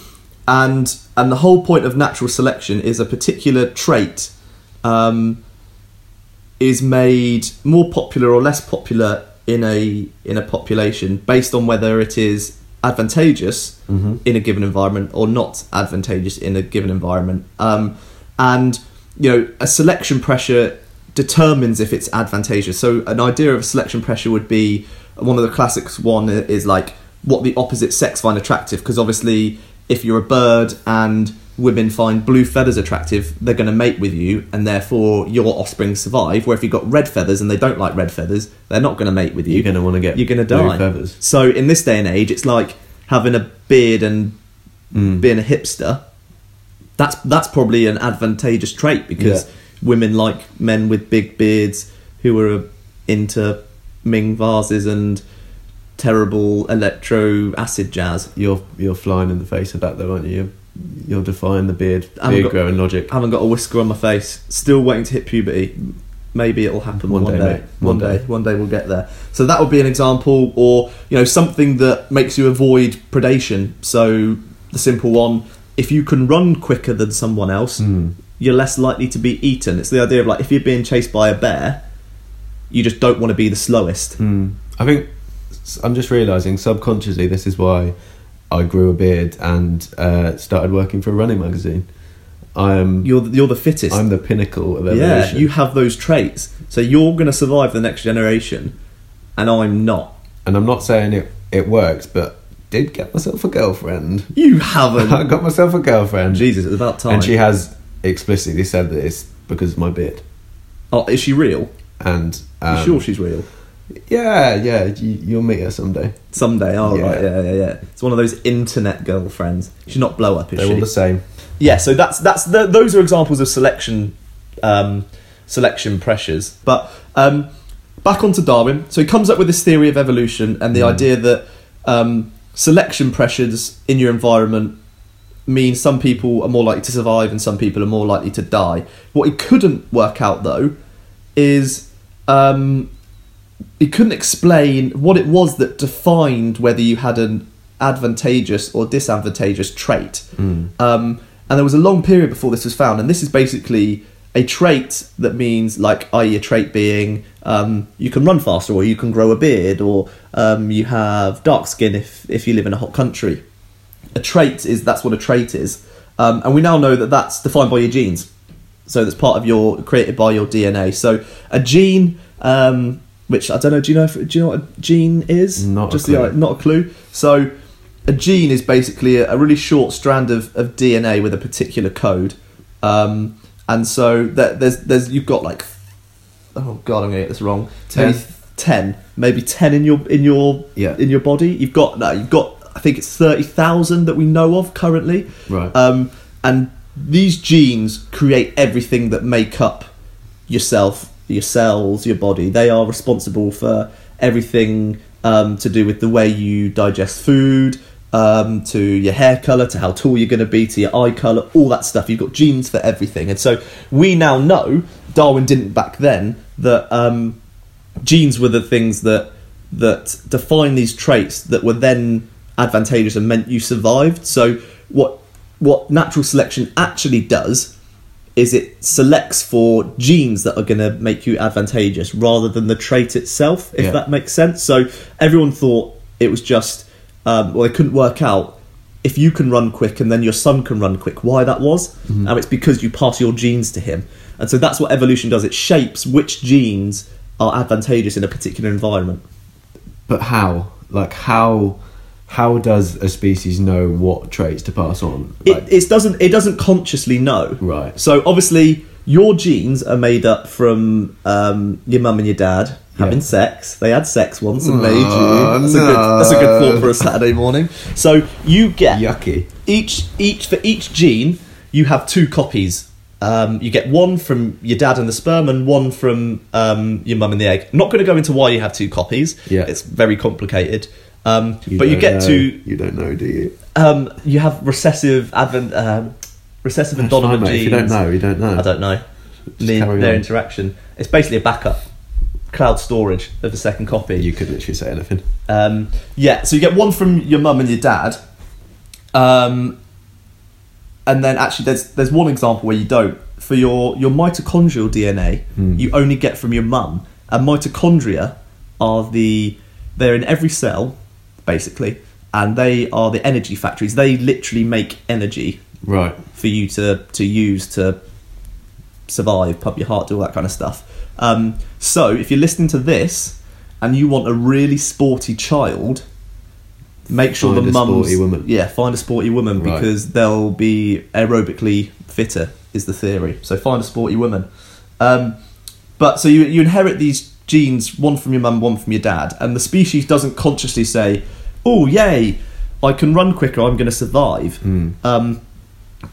S2: and and the whole point of natural selection is a particular trait um, is made more popular or less popular in a in a population based on whether it is advantageous in a given environment or not advantageous in a given environment. Um, and you know, a selection pressure determines if it's advantageous. So an idea of a selection pressure would be one of the classics. One is like what the opposite sex find attractive, because obviously if you're a bird and women find blue feathers attractive, they're going to mate with you, and therefore your offspring survive. Where if you've got red feathers and they don't like red feathers, they're not going to mate with you.
S1: You're gonna wanna get
S2: you're going to
S1: blue
S2: die.
S1: feathers.
S2: So in this day and age, it's like having a beard and
S1: Mm.
S2: being a hipster. That's that's probably an advantageous trait because
S1: Yeah.
S2: women like men with big beards who are into Ming vases and terrible electro acid jazz.
S1: You're, you're flying in the face of that, though, aren't you? You're, you're defying the beard,
S2: haven't
S1: beard
S2: got-
S1: growing logic.
S2: I haven't got a whisker on my face. Still waiting to hit puberty. Maybe it'll happen one,
S1: One
S2: day.
S1: day, mate.
S2: One,
S1: One
S2: day.
S1: day.
S2: One day we'll get there. So that would be an example, or you know, something that makes you avoid predation. So the simple one: if you can run quicker than someone else,
S1: Hmm.
S2: you're less likely to be eaten. It's the idea of like if you're being chased by a bear, you just don't want to be the slowest.
S1: Hmm. I think s- I'm just realizing subconsciously this is why I grew a beard and uh, started working for a running magazine. I am
S2: You're the, you're the fittest.
S1: I'm the pinnacle of evolution.
S2: yeah, you have those traits. So you're going to survive the next generation, and I'm not.
S1: and I'm not saying it it works, but did get myself a girlfriend.
S2: You haven't.
S1: I got myself a girlfriend.
S2: Jesus, it's about time.
S1: And she has explicitly said that it's because of my beard.
S2: oh, is she real?
S1: And
S2: You
S1: um,
S2: sure she's real?
S1: yeah, yeah, you, you'll meet her someday.
S2: Someday, oh
S1: Yeah.
S2: right, yeah, yeah, yeah. It's one of those internet girlfriends. She's not blow up, is
S1: They're all
S2: she?
S1: the same.
S2: yeah. So that's that's the, those are examples of selection, um, selection pressures. But um, back onto Darwin. So he comes up with this theory of evolution and the idea that um, selection pressures in your environment mean some people are more likely to survive and some people are more likely to die. What he couldn't work out though is um, he couldn't explain what it was that defined whether you had an advantageous or disadvantageous trait. Um, and there was a long period before this was found, and this is basically a trait that means, like, i.e., a trait being um, you can run faster, or you can grow a beard, or um, you have dark skin if, if you live in a hot country. A trait is that's what a trait is, um, and we now know that that's defined by your genes so that's part of your created by your DNA. So a gene, um, which I don't know, do you know? If, do you know what a gene is?
S1: Not a
S2: just
S1: clue.
S2: The, not a clue. So a gene is basically a, a really short strand of, of DNA with a particular code, um, and so that there's there's you've got like oh god, I'm gonna get this wrong.
S1: Ten.
S2: Maybe ten, maybe ten in your in your
S1: Yeah.
S2: in your body. You've got no, you've got I think it's thirty thousand that we know of currently.
S1: Right.
S2: Um, and these genes create everything that make up yourself, your cells, your body. They are responsible for everything um, to do with the way you digest food, um, to your hair color, to how tall you're going to be, to your eye color, all that stuff. You've got genes for everything, and so we now know Darwin didn't back then that um, genes were the things that that define these traits that were then advantageous and meant you survived. So what what natural selection actually does is it selects for genes that are going to make you advantageous rather than the trait itself, if
S1: Yeah.
S2: that makes sense. So everyone thought it was just, um, well, they couldn't work out if you can run quick and then your son can run quick, why that was. And it's because you pass your genes to him. And so that's what evolution does it shapes which genes are advantageous in a particular environment.
S1: But how? Like how? How does a species know what traits to pass on? Like,
S2: it, it doesn't it doesn't consciously know
S1: Right.
S2: so obviously your genes are made up from um, your mum and your dad having
S1: Yeah.
S2: sex they had sex once and made you
S1: Oh,
S2: that's, a good, that's a
S1: no.
S2: good thought for a saturday morning so you get
S1: yucky.
S2: each each for each gene you have two copies um, you get one from your dad and the sperm and one from um, your mum and the egg I'm not going to go into why you have two copies
S1: Yeah.
S2: it's very complicated um,
S1: You
S2: but you
S1: don't
S2: get
S1: know.
S2: to
S1: You don't know, do you?
S2: um, you have recessive advent, um, recessive and
S1: That's fine,
S2: dominant
S1: mate.
S2: genes.
S1: If you don't know, you don't know.
S2: I don't know. The-
S1: carry
S2: their
S1: on.
S2: interaction. It's basically a backup cloud storage of the second copy.
S1: You could literally say anything.
S2: Um, yeah, so you get one from your mum and your dad, um, and then actually there's there's one example where you don't. For your your mitochondrial DNA, you only get from your mum, and mitochondria are the they're in every cell, basically, and they are the energy factories. They literally make energy
S1: Right.
S2: for you to to use to survive, pump your heart, do all that kind of stuff. Um, so if you're listening to this and you want a really sporty child, make sure
S1: Find
S2: the
S1: a
S2: mum's
S1: sporty woman.
S2: yeah find a sporty woman
S1: Right.
S2: because they'll be aerobically fitter is the theory. So find a sporty woman. Um, but so you you inherit these genes, one from your mum, one from your dad, and the species doesn't consciously say, "Oh, yay, I can run quicker. I'm going to survive."
S1: Hmm.
S2: Um,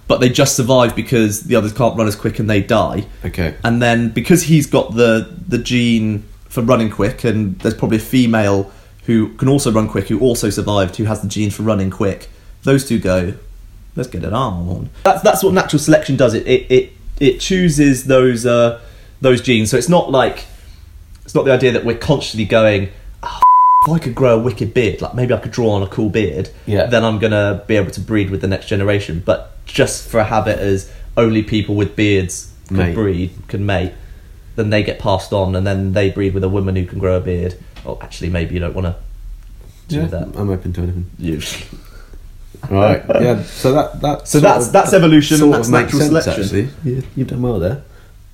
S2: but they just survive because the others can't run as quick and they die.
S1: Okay.
S2: And then because he's got the the gene for running quick, and there's probably a female who can also run quick, who also survived, who has the gene for running quick. Those two go. Let's get it on. That's that's what natural selection does. It it it, it chooses those uh, those genes. So it's not like it's not the idea that we're constantly going. "Ah, If I could grow a wicked beard, like maybe I could draw on a cool beard,
S1: Yeah.
S2: then I'm gonna be able to breed with the next generation. But just for a habit as only people with beards can
S1: Mate.
S2: breed, can mate, then they get passed on, and then they breed with a woman who can grow a beard. Oh, actually, maybe you don't want to do that.
S1: I'm open to anything.
S2: You.
S1: Right. yeah. So that that
S2: So
S1: sort
S2: that's
S1: of-
S2: that's evolution. and
S1: sort
S2: that's
S1: of makes
S2: natural
S1: sense,
S2: selection.
S1: Actually. Yeah, you've done well there.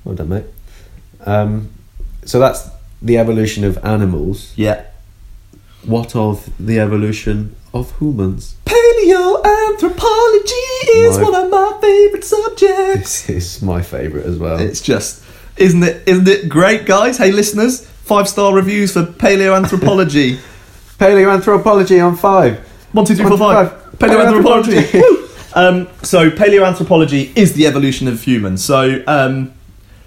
S1: Well done, mate. Um, so that's the evolution of animals.
S2: Yeah.
S1: What of the evolution of humans?
S2: Paleoanthropology is
S1: My-
S2: one of my favourite subjects.
S1: This is my favourite as well.
S2: It's just, isn't it? Isn't it great, guys? Hey, listeners, five star reviews for paleoanthropology.
S1: paleoanthropology on five.
S2: One, two, three, four, five. Paleoanthropology. Woo! um, so paleoanthropology is the evolution of humans. So um,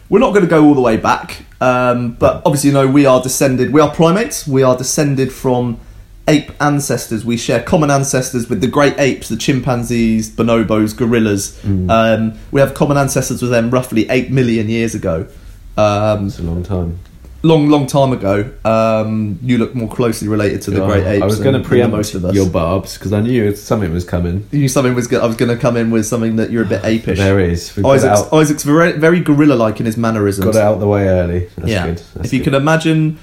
S2: we're not going to go all the way back, um, but obviously, you know, we are descended. We are primates. We are descended from ape ancestors. We share common ancestors with the great apes, the chimpanzees, bonobos, gorillas. Um, we have common ancestors with them roughly eight million years ago. Um,
S1: It's a long time.
S2: long, long time ago. Um, you look more closely related to the
S1: Oh,
S2: great apes.
S1: I was going
S2: than- than
S1: to preempt
S2: most of us.
S1: your barbs because I knew something was coming.
S2: You knew something was. Go- I was going to come in with something that you're a bit apish.
S1: There is. We've got, it
S2: Isaac's,
S1: out,
S2: Isaac's very, very gorilla-like in his mannerisms.
S1: got it out the way early. That's
S2: yeah.
S1: good. That's
S2: if you
S1: good.
S2: can imagine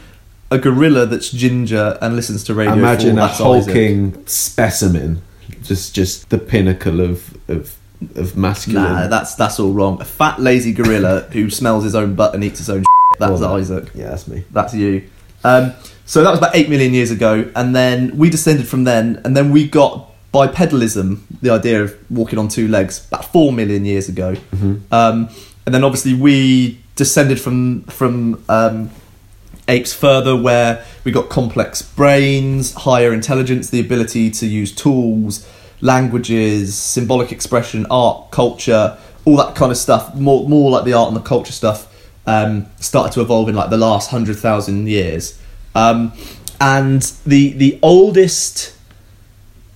S2: a gorilla that's ginger and listens to radio,
S1: imagine
S2: 4,
S1: a
S2: that's Isaac.
S1: hulking specimen just just the pinnacle of of of masculine
S2: Nah, that's that's all wrong. A fat, lazy gorilla who smells his own butt and eats his own. that's
S1: Well,
S2: Isaac.
S1: yeah that's me
S2: That's you. Um, so that was about 8 million years ago, and then we descended from then, and then we got bipedalism, the idea of walking on two legs, about 4 million years ago. Um, and then obviously we descended from, from um, apes further, where we got complex brains, higher intelligence, the ability to use tools, languages, symbolic expression, art, culture, all that kind of stuff, more more like the art and the culture stuff, um, started to evolve in like the last hundred thousand years. Um, and the the oldest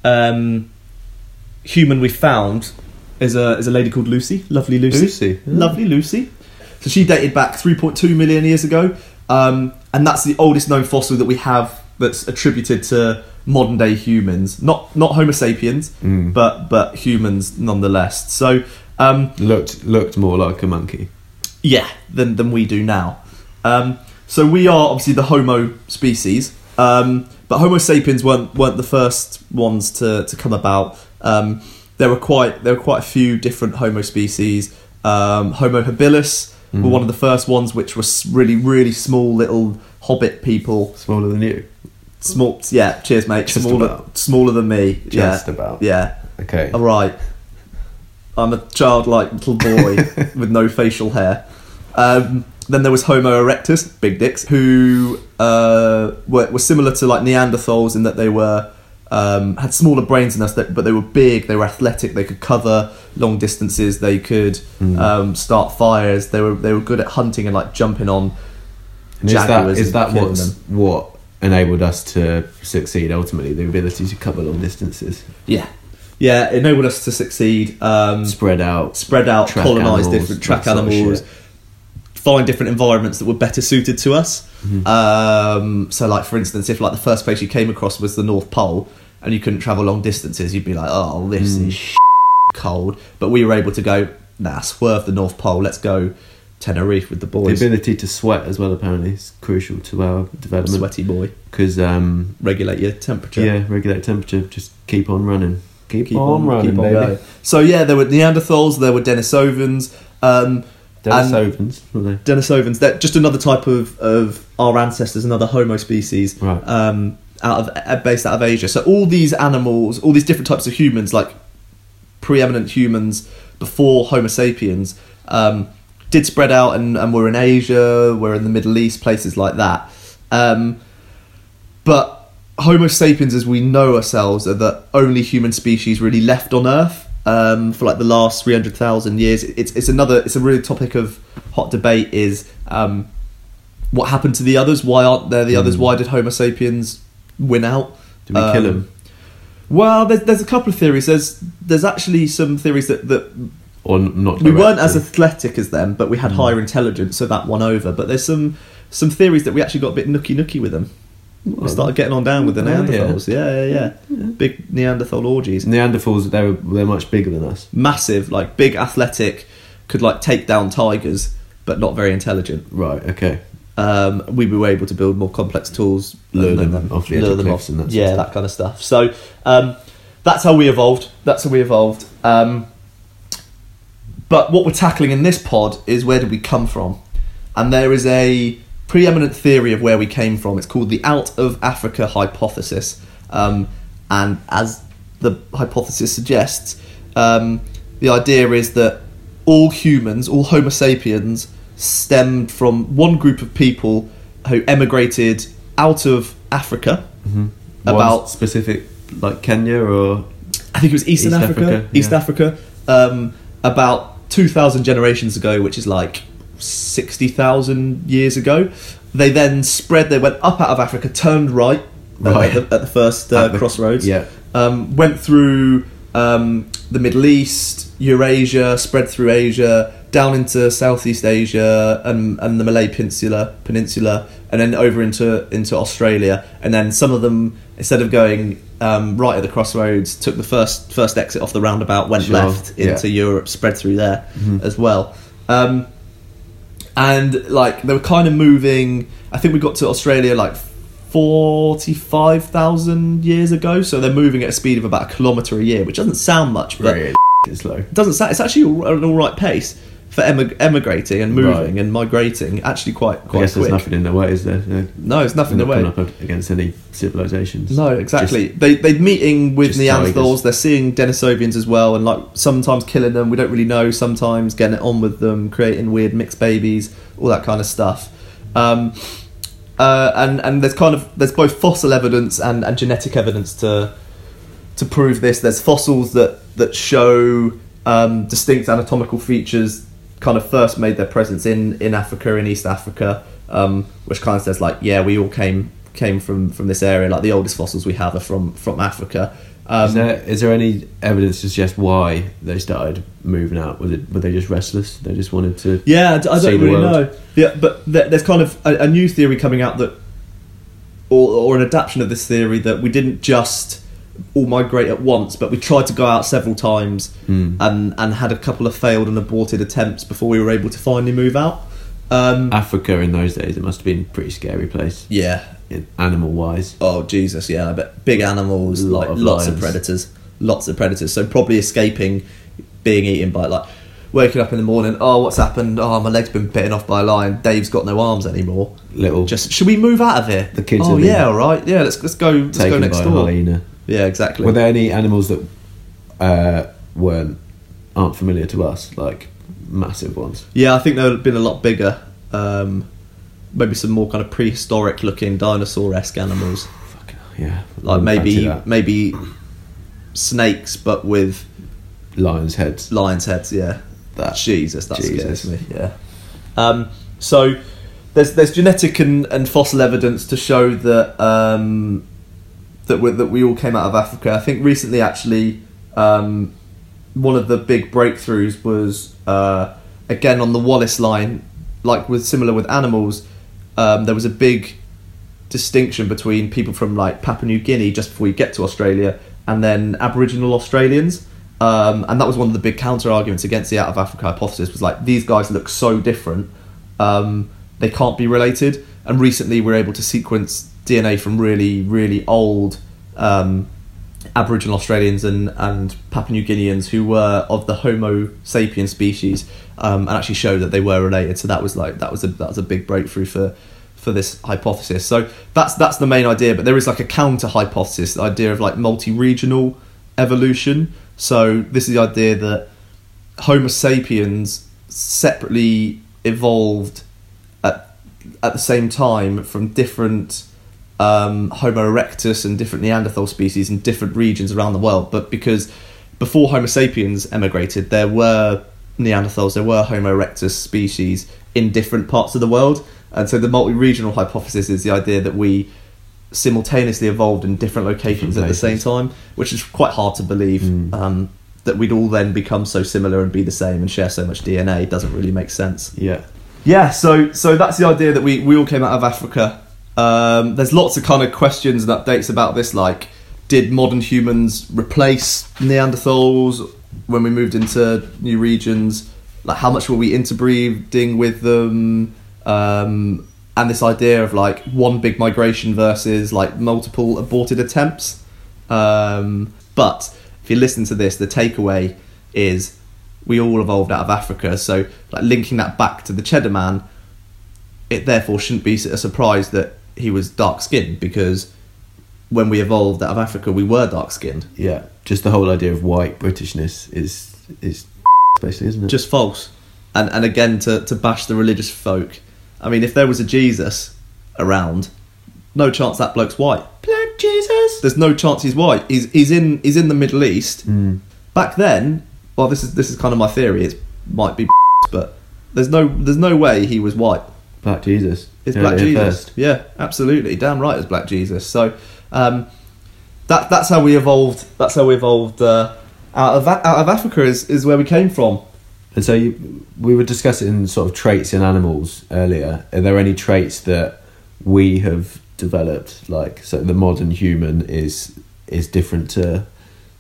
S2: um, human we found is a is a lady called Lucy, lovely Lucy,
S1: Lucy, yeah.
S2: lovely Lucy. So she dated back 3.2 million years ago, um, and that's the oldest known fossil that we have that's attributed to modern day humans, not not Homo sapiens,
S1: Mm.
S2: but but humans nonetheless. So um,
S1: Looked looked more like a monkey.
S2: yeah, than than we do now. Um, so we are obviously the Homo species, um, but Homo sapiens weren't weren't the first ones to, to come about. Um, there were quite there were quite a few different Homo species. Um, Homo habilis were one of the first ones, which were s- really really small little hobbit people.
S1: Smaller than you.
S2: Small, yeah. Cheers, mate.
S1: Just
S2: smaller
S1: about.
S2: smaller than me.
S1: Just
S2: yeah.
S1: about.
S2: Yeah.
S1: Okay.
S2: All right. I'm a childlike little boy with no facial hair. Um, then there was Homo erectus, big dicks, who uh, were, were similar to like Neanderthals in that they were um, had smaller brains than us, that, but they were big. They were athletic. They could cover long distances. They could
S1: Hmm.
S2: um, start fires. They were they were good at hunting and like jumping on.
S1: And is that
S2: jaguars
S1: is
S2: and
S1: that
S2: killing
S1: what's,
S2: them.
S1: what enabled us to succeed ultimately? The ability to cover long distances,
S2: Yeah, yeah, it enabled us to succeed. Um,
S1: spread out,
S2: spread out,
S1: track
S2: colonize
S1: animals,
S2: different track
S1: that sort of
S2: animals,
S1: shit.
S2: find different environments that were better suited to us.
S1: Mm-hmm.
S2: Um, so, like for instance, if like the first place you came across was the North Pole and you couldn't travel long distances, you'd be like, "Oh, this
S1: Mm.
S2: is sh- cold." But we were able to go, "Nah, swerve the North Pole. Let's go Tenerife with the
S1: The
S2: boys."
S1: ability to sweat as well apparently is crucial to our development
S2: Sweaty boy,
S1: because um,
S2: regulate your temperature.
S1: yeah, regulate temperature. Just keep on running. Keep,
S2: keep
S1: on,
S2: on,
S1: running,
S2: keep on
S1: baby.
S2: going. So yeah, there were Neanderthals, there were Denisovans. Um, and-
S1: Denisovans, were they?
S2: Denisovans. They're just another type of, of our ancestors, another Homo species,
S1: Right.
S2: um, out of uh, based out of Asia. So all these animals, all these different types of humans, like preeminent humans before Homo sapiens, um, did spread out, and, and we're in Asia, we're in the Middle East, places like that. Um, but Homo sapiens, as we know ourselves, are the only human species really left on Earth um, for like the last three hundred thousand years. It's it's another it's a really topic of hot debate is um, what happened to the others? Why aren't there the others? Why did Homo sapiens win out?
S1: Hmm. Did we kill
S2: Um,
S1: them?
S2: Well, there's, there's a couple of theories. There's there's actually some theories that, that
S1: Or n- not?
S2: we weren't as
S1: directly?
S2: athletic as them, but we
S1: Hmm.
S2: had higher intelligence, so that won over. But there's some some theories that we actually got a bit nookie nookie with them. We started getting on down with the
S1: Oh, yeah.
S2: Neanderthals. yeah. yeah, yeah, Big Neanderthal orgies.
S1: Neanderthals. They were they're much bigger than us.
S2: Massive, like big, athletic, could like take down tigers, but not very intelligent.
S1: Right. Okay.
S2: Um, we were able to build more complex tools,
S1: Lure
S2: and
S1: them
S2: then
S1: off the edge
S2: lure
S1: of
S2: them
S1: cliffs
S2: off.
S1: and that sort
S2: yeah,
S1: of
S2: that kind of stuff. So um, that's how we evolved. That's how we evolved. Um, But what we're tackling in this pod is where did we come from? And there is a preeminent theory of where we came from. It's called the Out of Africa hypothesis. Um, and as the hypothesis suggests, um, the idea is that all humans, all Homo sapiens, stemmed from one group of people who emigrated out of Africa.
S1: One
S2: About,
S1: specific like Kenya or
S2: I think it was Eastern
S1: East
S2: Africa,
S1: Africa,
S2: East
S1: yeah.
S2: Africa, um, about 2,000 generations ago, which is like 60,000 years ago. They then spread, they went up out of Africa, turned right, uh,
S1: Right.
S2: At, the, at the first uh,
S1: At the-
S2: crossroads,
S1: yeah.
S2: um, went through um, the Middle East, Eurasia, spread through Asia, down into Southeast Asia and, and the Malay Peninsula, peninsula, and then over into into Australia. And then some of them, instead of going um, right at the crossroads, took the first first exit off the roundabout, went
S1: Sure,
S2: left
S1: yeah. Mm-hmm.
S2: into Europe, spread through there as well. Um, and like they were kind of moving. I think we got to Australia like forty-five thousand years ago, so they're moving at a speed of about a kilometre a year, which doesn't sound much, but
S1: Really slow.
S2: it doesn't sound. It's actually an all right pace for emig- emigrating and moving
S1: Right.
S2: and migrating. Actually, quite
S1: I
S2: quite
S1: guess
S2: quick.
S1: there's nothing in the way, is there? They're
S2: no, it's nothing
S1: not
S2: away.
S1: coming up against any civilizations.
S2: No, exactly. they they're meeting with
S1: just
S2: Neanderthals.
S1: tigers.
S2: They're seeing Denisovians as well, and like sometimes killing them. We don't really know. Sometimes getting it on with them, creating weird mixed babies, all that kind of stuff. Um, uh, and and there's kind of there's both fossil evidence and, and genetic evidence to to prove this. There's fossils that that show um, distinct anatomical features kind of first made their presence in, in Africa, in East Africa, um, which kind of says like, yeah, we all came came from, from this area. Like the oldest fossils we have are from from Africa. Um,
S1: Is there, is there any evidence to suggest why they started moving out? Was it were they just restless? They just wanted to.
S2: Yeah, I d- I
S1: see
S2: don't
S1: the
S2: really
S1: world.
S2: know. Yeah, but th- there's kind of a, a new theory coming out that, or, or an adaptation of this theory that we didn't just all migrate at once, but we tried to go out several times
S1: Hmm.
S2: and and had a couple of failed and aborted attempts before we were able to finally move out. Um,
S1: Africa in those days, it must have been a pretty scary place,
S2: yeah.
S1: animal wise.
S2: Oh Jesus, yeah. But big animals,
S1: Lot
S2: like
S1: of
S2: lots of
S1: lions.
S2: predators, lots of predators. So probably escaping being eaten by like waking up in the morning. Oh, what's happened? Oh, my leg's been bitten off by a lion. Dave's got no arms anymore.
S1: Little
S2: Just should we move out of here?
S1: The kids
S2: Oh
S1: have been
S2: yeah, all right. Yeah, let's let's go. Let's go
S1: taken
S2: next
S1: by a
S2: door.
S1: hyena.
S2: Yeah, exactly.
S1: Were there any animals that uh, weren't aren't familiar to us, like massive ones?
S2: yeah, I think they've been a lot bigger. Um, maybe some more kind of prehistoric looking dinosaur esque animals,
S1: Fucking hell, yeah,
S2: like
S1: Wouldn't fancy
S2: maybe
S1: that.
S2: maybe snakes, but with
S1: lions' heads.
S2: lion's heads. Yeah,
S1: That-
S2: Jesus, that
S1: Jesus.
S2: scares me. Yeah. Um, so there's there's genetic and, and fossil evidence to show that um, that we, that we all came out of Africa. I think recently, actually, um, one of the big breakthroughs was uh, again on the Wallace line, like with similar with animals. Um, there was a big distinction between people from like Papua New Guinea just before you get to Australia and then Aboriginal Australians. Um, and that was one of the big counter arguments against the out of Africa hypothesis was like these guys look so different, um, they can't be related. And recently, we are able to sequence DNA from really, really old um, Aboriginal Australians and, and Papua New Guineans who were of the Homo sapien species, um, and actually showed that they were related. So that was like that was a that was a big breakthrough for for this hypothesis. So that's that's the main idea, but there is like a counter hypothesis, the idea of like multi-regional evolution. So this is the idea that Homo sapiens separately evolved at at the same time from different um, Homo erectus and different Neanderthal species in different regions around the world. But because before Homo sapiens emigrated, there were Neanderthals, there were Homo erectus species in different parts of the world. And so the multi regional hypothesis is the idea that we simultaneously evolved in different locations
S1: Different
S2: at the same
S1: places. Hmm.
S2: time, which is quite hard to believe. Um, that we'd all then become so similar and be the same and share so much DNA It doesn't really make sense.
S1: Yeah,
S2: Yeah, so so that's the idea that we, we all came out of Africa. Um, there's lots of kind of questions and updates about this, like did modern humans replace Neanderthals when we moved into new regions? Like how much were we interbreeding with them? Um, and this idea of like one big migration versus like multiple aborted attempts. Um, but if you listen to this, the takeaway is we all evolved out of Africa. So, like linking that back to the Cheddar Man, it therefore shouldn't be a surprise that he was dark skinned because when we evolved out of Africa, we were dark skinned.
S1: yeah. Just the whole idea of white Britishness is is basically, isn't it?
S2: Just false. And and again to to bash the religious folk. I mean, if there was a Jesus around, no chance that bloke's white.
S1: Black Jesus.
S2: There's no chance he's white. He's he's in he's in the Middle East. Back then, well, this is this is kind of my theory. It might be, but there's no there's no way he was white.
S1: Black Jesus.
S2: It's
S1: You heard
S2: Black
S1: it here
S2: Jesus.
S1: first.
S2: Yeah, absolutely. Damn right, it's Black Jesus. So um, that that's how we evolved. That's how we evolved uh, out of A- out of Africa is is where we came from.
S1: And so you, we were discussing sort of traits in animals earlier. Are there any traits that we have developed? Like, so the modern human is is different to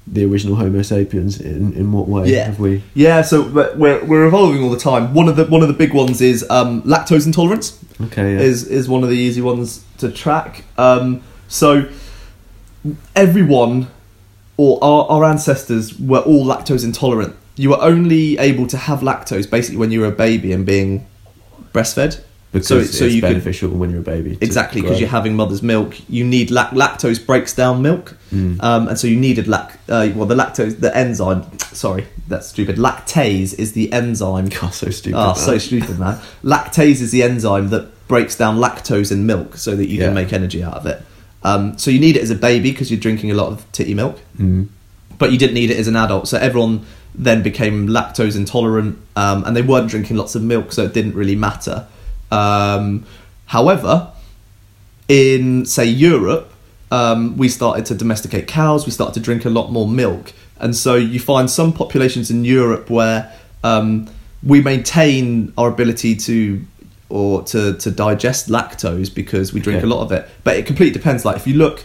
S1: the original Homo sapiens. In, in what way
S2: Yeah.
S1: have we?
S2: Yeah, so we're- we're we're evolving all the time. One of the one of the big ones is um, lactose intolerance.
S1: Okay, yeah.
S2: is is one of the easy ones to track. Um, so everyone or our, our ancestors were all lactose intolerant. You were only able to have lactose basically when you were a baby and being breastfed.
S1: because
S2: so
S1: it's
S2: so you could
S1: beneficial when you're a baby. to
S2: exactly
S1: grow.
S2: because you're having mother's milk you need lac- lactose breaks down milk
S1: Hmm.
S2: um, and so you needed lac uh, well the lactose the enzyme sorry that's stupid lactase is the enzyme
S1: God, so stupid.
S2: Ah,
S1: man.
S2: so stupid, man. Lactase is the enzyme that breaks down lactose in milk so that you
S1: Yeah.
S2: can make energy out of it. Um, so you
S1: Hmm.
S2: need it as a baby because you're drinking a lot of titty milk, mm. but you didn't need it as an adult. So everyone then became lactose intolerant, um, and they weren't drinking lots of milk, so it didn't really matter. Um, however, in say Europe, um, we started to domesticate cows. We started to drink a lot more milk, and so you find some populations in Europe where um, we maintain our ability to or to to digest lactose because we drink
S1: Okay.
S2: a lot of it. But it completely depends. Like if you look,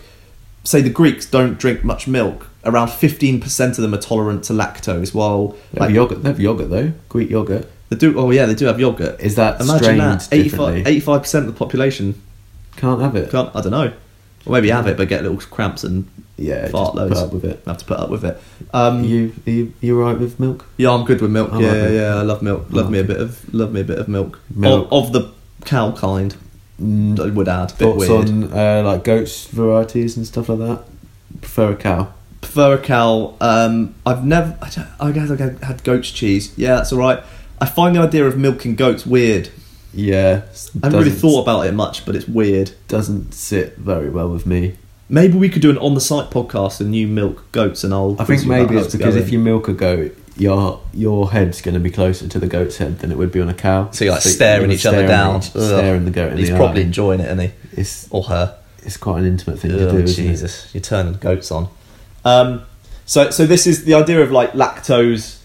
S2: say the Greeks don't drink much milk. Around fifteen percent of them are tolerant to lactose, while
S1: They have
S2: like,
S1: yogurt. They have yogurt though. Greek yogurt.
S2: they do. Oh yeah, they do have yogurt.
S1: Is that
S2: Imagine
S1: strained
S2: that
S1: differently?
S2: 85 percent of the population
S1: Can't have it.
S2: can't, I don't know. Or maybe have it, but get little cramps and
S1: Yeah,
S2: fart
S1: just
S2: loads.
S1: put up with it.
S2: Have to put up with it. Um,
S1: You, you, you right with milk?
S2: yeah, I'm good with milk.
S1: I
S2: yeah,
S1: like
S2: yeah,
S1: it.
S2: yeah, I love milk. Love
S1: like
S2: me a
S1: it.
S2: bit of love me a bit of milk.
S1: Milk.
S2: Of, of the cow kind. I would add. Mm, Bit
S1: Thoughts
S2: weird.
S1: on uh, like goats varieties and stuff like that? Prefer a cow.
S2: prefer a cow. Um, I've never. I, don't, I guess I had- had goat's cheese. Yeah, that's all right. I find the idea of milking goats weird.
S1: Yeah,
S2: I haven't really thought about it much, but it's weird.
S1: Doesn't sit very well with me.
S2: Maybe we could do an on the site podcast and you milk goats and I'll.
S1: I think
S2: quiz you about
S1: maybe
S2: how
S1: it's
S2: to go
S1: because
S2: in.
S1: if you milk a goat, your your head's going to be closer to the goat's head than it would be on a cow.
S2: So you're like
S1: you're
S2: staring
S1: gonna
S2: each other
S1: stare
S2: down.
S1: each-
S2: Ugh.
S1: staring the goat in
S2: He's
S1: the
S2: probably
S1: eye.
S2: enjoying it, isn't he?
S1: It's
S2: Or her.
S1: it's quite an intimate thing to
S2: Oh,
S1: do. isn't it?
S2: Jesus, you're turning goats on. Um, so, so this is the idea of like lactose,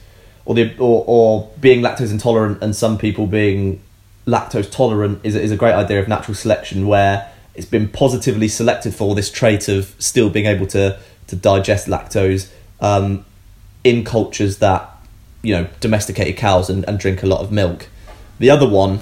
S2: or the or, or being lactose intolerant, and some people being lactose tolerant is a- is a great idea of natural selection where it's been positively selected for this trait of still being able to to digest lactose um, in cultures that you know domesticated cows and, and drink a lot of milk. The other one,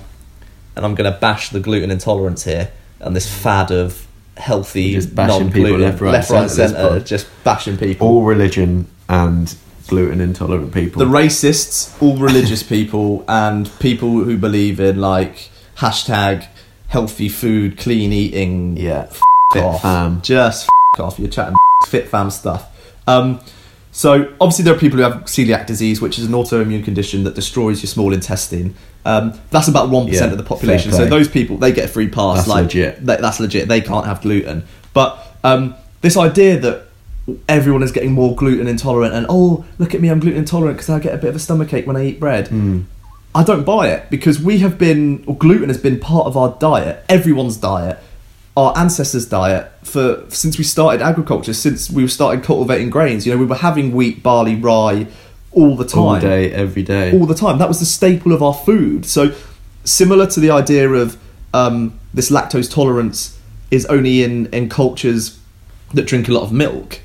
S2: and I'm going to bash the gluten intolerance here and this fad of healthy
S1: We're just bashing people
S2: non-gluten-
S1: left, right,
S2: left, right,
S1: centre, this
S2: centre,
S1: pod.
S2: just bashing people.
S1: All religion and gluten intolerant people.
S2: the racists, all religious people, and people who believe in like hashtag healthy food, clean eating,
S1: yeah,
S2: Fit
S1: off. Um, fam.
S2: Just f- off. You're chatting fit fam stuff. Um, so obviously there are people who have celiac disease, which is an autoimmune condition that destroys your small intestine. Um, that's about one
S1: Yeah,
S2: of the population.
S1: fair
S2: So
S1: play.
S2: those people they get a free pass.
S1: That's
S2: like
S1: legit.
S2: they- that's legit. They can't have gluten. But um, this idea that everyone is getting more gluten intolerant and oh look at me, I'm gluten intolerant because I get a bit of a stomachache when I eat bread.
S1: Hmm.
S2: I don't buy it because we have been, or gluten has been part of our diet, everyone's diet, our ancestors' diet for since we started agriculture, since we started cultivating grains. You know, we were having wheat, barley, rye all the time,
S1: all day, every day.
S2: all the time. That was the staple of our food. So, similar to the idea of um, this lactose tolerance is only in in cultures that drink a lot of milk.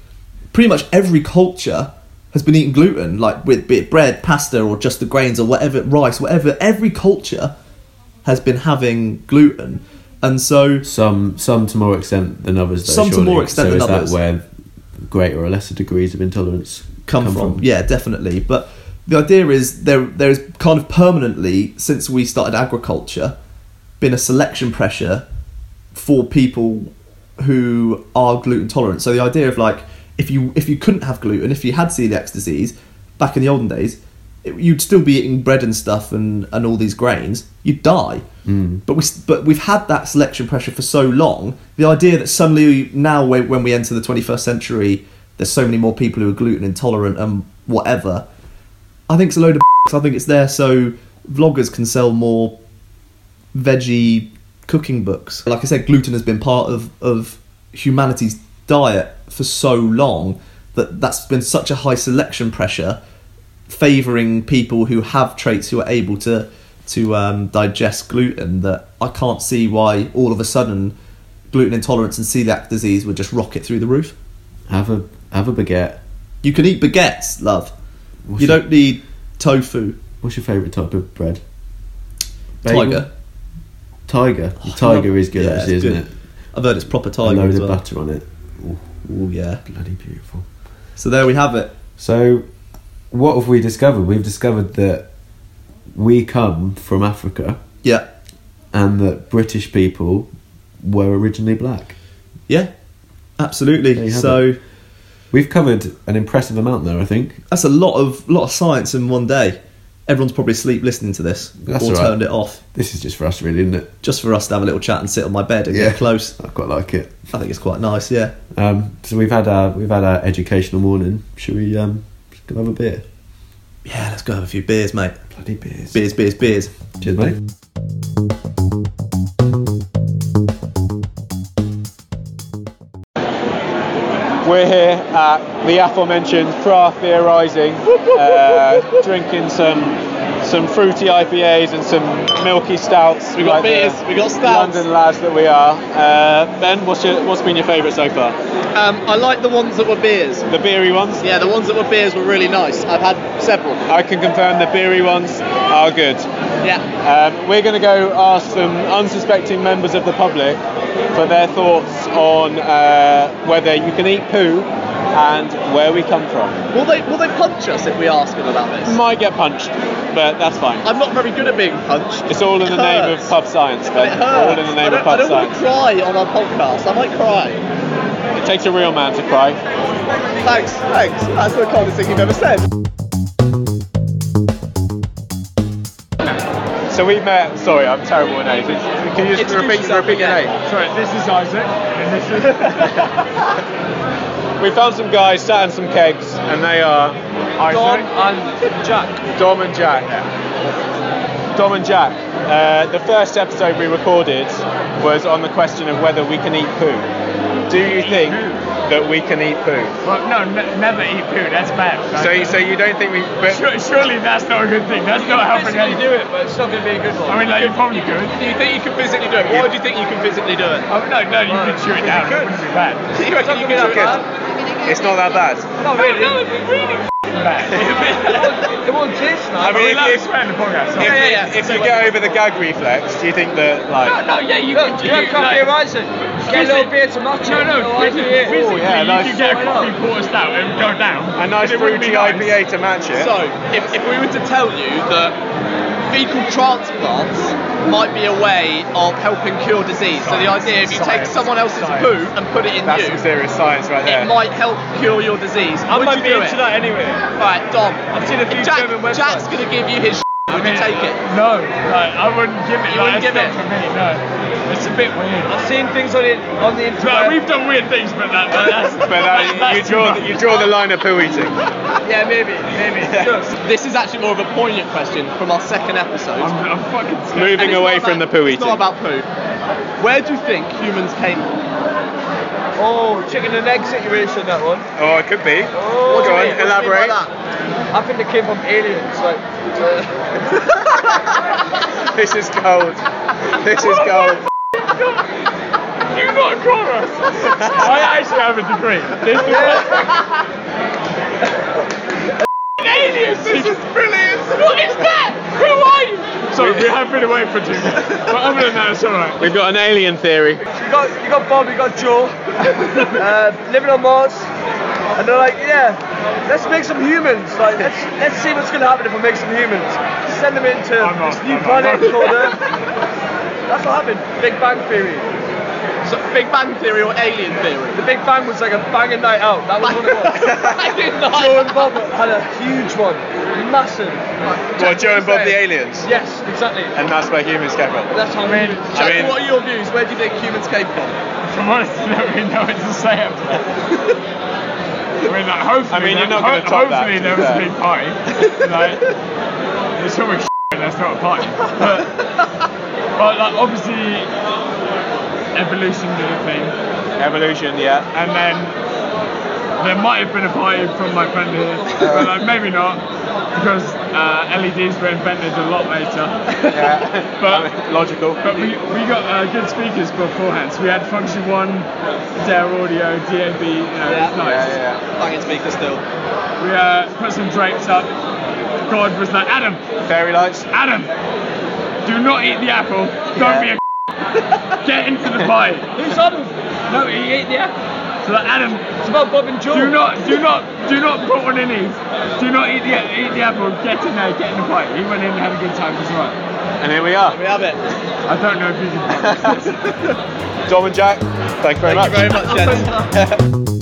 S2: Pretty much every culture has been eating gluten, like with be it bread, pasta, or just the grains or whatever, rice, whatever. Every culture has been having gluten, and so
S1: some some to more extent than others. Though,
S2: Some to
S1: surely.
S2: more extent
S1: so
S2: than
S1: is
S2: others.
S1: that where greater or lesser degrees of intolerance
S2: come, from. Yeah, definitely. But the idea is there there is kind of permanently since we started agriculture been a selection pressure for people who are gluten tolerant. So the idea of like if you if you couldn't have gluten, if you had celiac disease back in the olden days, it, you'd still be eating bread and stuff and, and all these grains. You'd die. Mm. But we s- but we've had that selection pressure for so long. The idea that suddenly now when when we enter the 21st century, there's so many more people who are gluten intolerant and whatever. I think it's a load of. I think it's there so vloggers can sell more veggie cooking books. Like I said, gluten has been part of, of humanity's diet for so long that that's been such a high selection pressure, favouring people who have traits who are able to to um, digest gluten. That I can't see why all of a sudden gluten intolerance and celiac disease would just rocket through the roof.
S1: Have a have a baguette.
S2: You can eat baguettes, love.
S1: What's
S2: you
S1: your-
S2: don't need tofu.
S1: What's your favourite type of bread?
S2: Tiger.
S1: Tiger. The
S2: I
S1: tiger
S2: love-
S1: is good
S2: yeah,
S1: actually,
S2: it's
S1: isn't
S2: good.
S1: it?
S2: I've heard it's proper
S1: A
S2: tiger
S1: load
S2: as
S1: of
S2: well.
S1: butter on it.
S2: Ooh, yeah.
S1: Bloody beautiful.
S2: So there we have it.
S1: So, what have we discovered? We've discovered that we come from Africa,
S2: Yeah.
S1: and that British people were originally black.
S2: Yeah,
S1: There
S2: absolutely.
S1: you have
S2: So
S1: We've covered an impressive amount there, I think.
S2: that's a lot of lot of science in one day. Everyone's probably asleep listening to this
S1: That's
S2: or
S1: all right.
S2: turned it off
S1: This is just for us, really, isn't it?
S2: just for us to have a little chat and sit on my bed and
S1: Yeah.
S2: get close.
S1: I quite like it.
S2: I think it's quite nice. Yeah,
S1: Um, so we've had our we've had our educational morning. Should we um, go have a beer?
S2: Yeah, let's go have a few beers, mate.
S1: Bloody beers.
S2: Beers, beers, beers.
S1: Cheers, mate.
S5: We're here at the aforementioned Craft Beer Rising, uh, drinking some some fruity IPAs and some milky stouts. We
S4: got beers, we got stouts.
S5: London lads that we are. Uh, ben, what's your, what's been your favourite so far?
S4: Um, I like the ones that were beers.
S5: The beery ones.
S4: Yeah, the ones that were beers were really nice. I've had several.
S5: I can confirm the beery ones are good.
S4: Yeah.
S5: Um, we're going to go ask some unsuspecting members of the public for their thoughts on uh, whether you can eat poo and where we come from.
S4: Will they will they punch us if we ask them about this?
S5: Might get punched, but that's fine.
S4: I'm not very good at being punched.
S5: It's all in the
S4: It
S5: name of
S4: hurts.
S5: pub science,
S4: It
S5: Ben.
S4: hurts.
S5: All in the
S4: I
S5: name
S4: don't,
S5: of pub
S4: I don't want to
S5: science.
S4: cry on our podcast. I might cry.
S5: It takes a real man to cry.
S4: Thanks, thanks. That's the kindest thing you've ever said.
S5: So we met. Sorry, I'm terrible with names. It's- Can you just repeat, repeat your name?
S6: Sorry, this is Isaac, and this is
S5: We found some guys sat in some kegs, and they are
S6: Isaac.
S4: and Jack.
S5: Dom and Jack. Dom and Jack. Uh, the first episode we recorded was on the question of whether we can eat poo. Do you think
S6: poo?
S5: that we can eat poo?
S6: Well, no, ne- never eat poo. That's bad.
S5: So, you- so you don't think we? But
S6: Su- surely that's not a good thing. That's not helping anyone.
S4: it, but it's not going to be a good one.
S6: I mean, like you probably could.
S4: you think you can physically do it? Why do you think you can physically do it?
S6: Oh, no, no, you could chew it down. It wouldn't be bad.
S4: You reckon you can do it?
S5: it's not that bad.
S4: Not really.
S6: bad.
S4: It won't taste nice.
S5: I mean,
S6: Well,
S5: if,
S6: that's fair in the
S5: if,
S6: podcast. huh?
S4: yeah, yeah.
S5: if you go over the gag reflex, do you think that like?
S6: No, yeah, you
S4: Look, Oh, you have coffee horizon. Get a little beer to match
S6: No,
S4: it.
S6: no,
S4: Oh,
S6: physically,
S4: IPA.
S6: physically
S5: yeah, nice.
S6: you could get a
S4: Why not?
S6: coffee poured out and go down.
S5: A nice
S6: It wouldn't
S5: fruity
S6: be nice.
S5: IPA to match it.
S7: So, if, if we were to tell you that fecal transplants might be a way of helping cure disease, so the idea if you take someone else's poo and put it in
S5: That's
S7: you,
S5: some serious science right
S7: it
S5: there.
S7: might help cure your disease. I would you do it?
S6: that anyway.
S7: Right, Dom. I've
S6: seen a few
S7: Jack,
S6: German
S7: Jack's
S6: websites.
S7: gonna give you his. Shit. Would you take it?
S6: No, like, I wouldn't give it.
S7: You
S6: like,
S7: wouldn't give
S6: that's
S7: it?
S6: not for me. No, it's a bit weird.
S4: I've seen things on the on the internet.
S6: Well, we've done weird things, but that, but that's,
S5: but uh, you
S6: that's
S5: draw
S6: too
S5: the,
S6: much.
S5: you draw the line of poo eating.
S4: yeah, maybe, maybe.
S7: This is actually more of a poignant question from our second episode.
S6: I'm, I'm fucking scared.
S7: And
S5: Moving
S7: it's
S5: away
S7: not
S5: from the
S7: about-
S5: poo
S7: It's
S5: eating.
S7: not about poo. Where do you think humans came from?
S4: Oh, chicken and egg situation that one.
S5: Oh, it could be.
S4: Oh,
S5: Go on,
S4: yeah,
S5: elaborate.
S4: I think they came from aliens. Like, uh,
S5: This is gold. This is gold.
S6: You got a corner. I actually have a degree. This is Aliens! This is brilliant! What is that? Who are you? Sorry, we have been away for two minutes. But other than that, it's alright.
S5: We've got an alien theory.
S4: you got you got Bob, you got Joe, uh, living on Mars, and they're like, yeah, let's make some humans. Like, let's let's see what's gonna happen if we make some humans. Send them into
S6: I'm not-
S4: this new
S6: I'm not-
S4: planet called Earth. That's what happened. Big Bang Theory.
S7: So, Big Bang Theory or Alien Theory?
S4: The Big Bang was like a banging night out. That was what it was.
S7: I did not.
S4: Joe and Bob had a huge one, massive.
S5: Well, Joe and Bob the aliens.
S4: Yes, exactly.
S5: And that's where humans came from.
S4: That's how
S6: I mean,
S7: Jack,
S5: I mean-
S7: what are your views? Where do you think humans came from?
S6: if I'm honest, I don't really know what to say after that. I mean, like, hopefully,
S5: I mean, you're not
S6: like,
S5: gonna
S6: ho-
S5: top that,
S6: hopefully
S5: to
S6: there
S5: be
S6: was a
S5: fair.
S6: big party. Like, it's always when there's not a party. But, but like, obviously, evolution did a thing.
S5: Evolution, yeah.
S6: and then there might have been a party from my friend here, but like, maybe not because uh, LEDs were invented a lot later. But
S5: Logical.
S6: but we, we got uh, good speakers beforehand. So we had Function One, Dare Audio, DAB. You know, it was nice.
S5: Yeah,
S7: Banging speaker still.
S6: We uh, put some drapes up. God was like Adam,
S5: yeah. Fairy lights.
S6: Adam, do not eat the apple. Don't be a get into the pie.
S4: Who's Adam? No, he ate the apple.
S6: So like, Adam,
S4: It's about Bob and Joe.
S6: Do not, do not, do not put one in these. Do not eat the eat the apple. Get in there, get in the fight. He went in and had a good time as well.
S5: And here we are.
S7: We have it.
S6: I don't know if you can.
S5: Dom and Jack, thank you very much.
S7: Thank you very much, gents.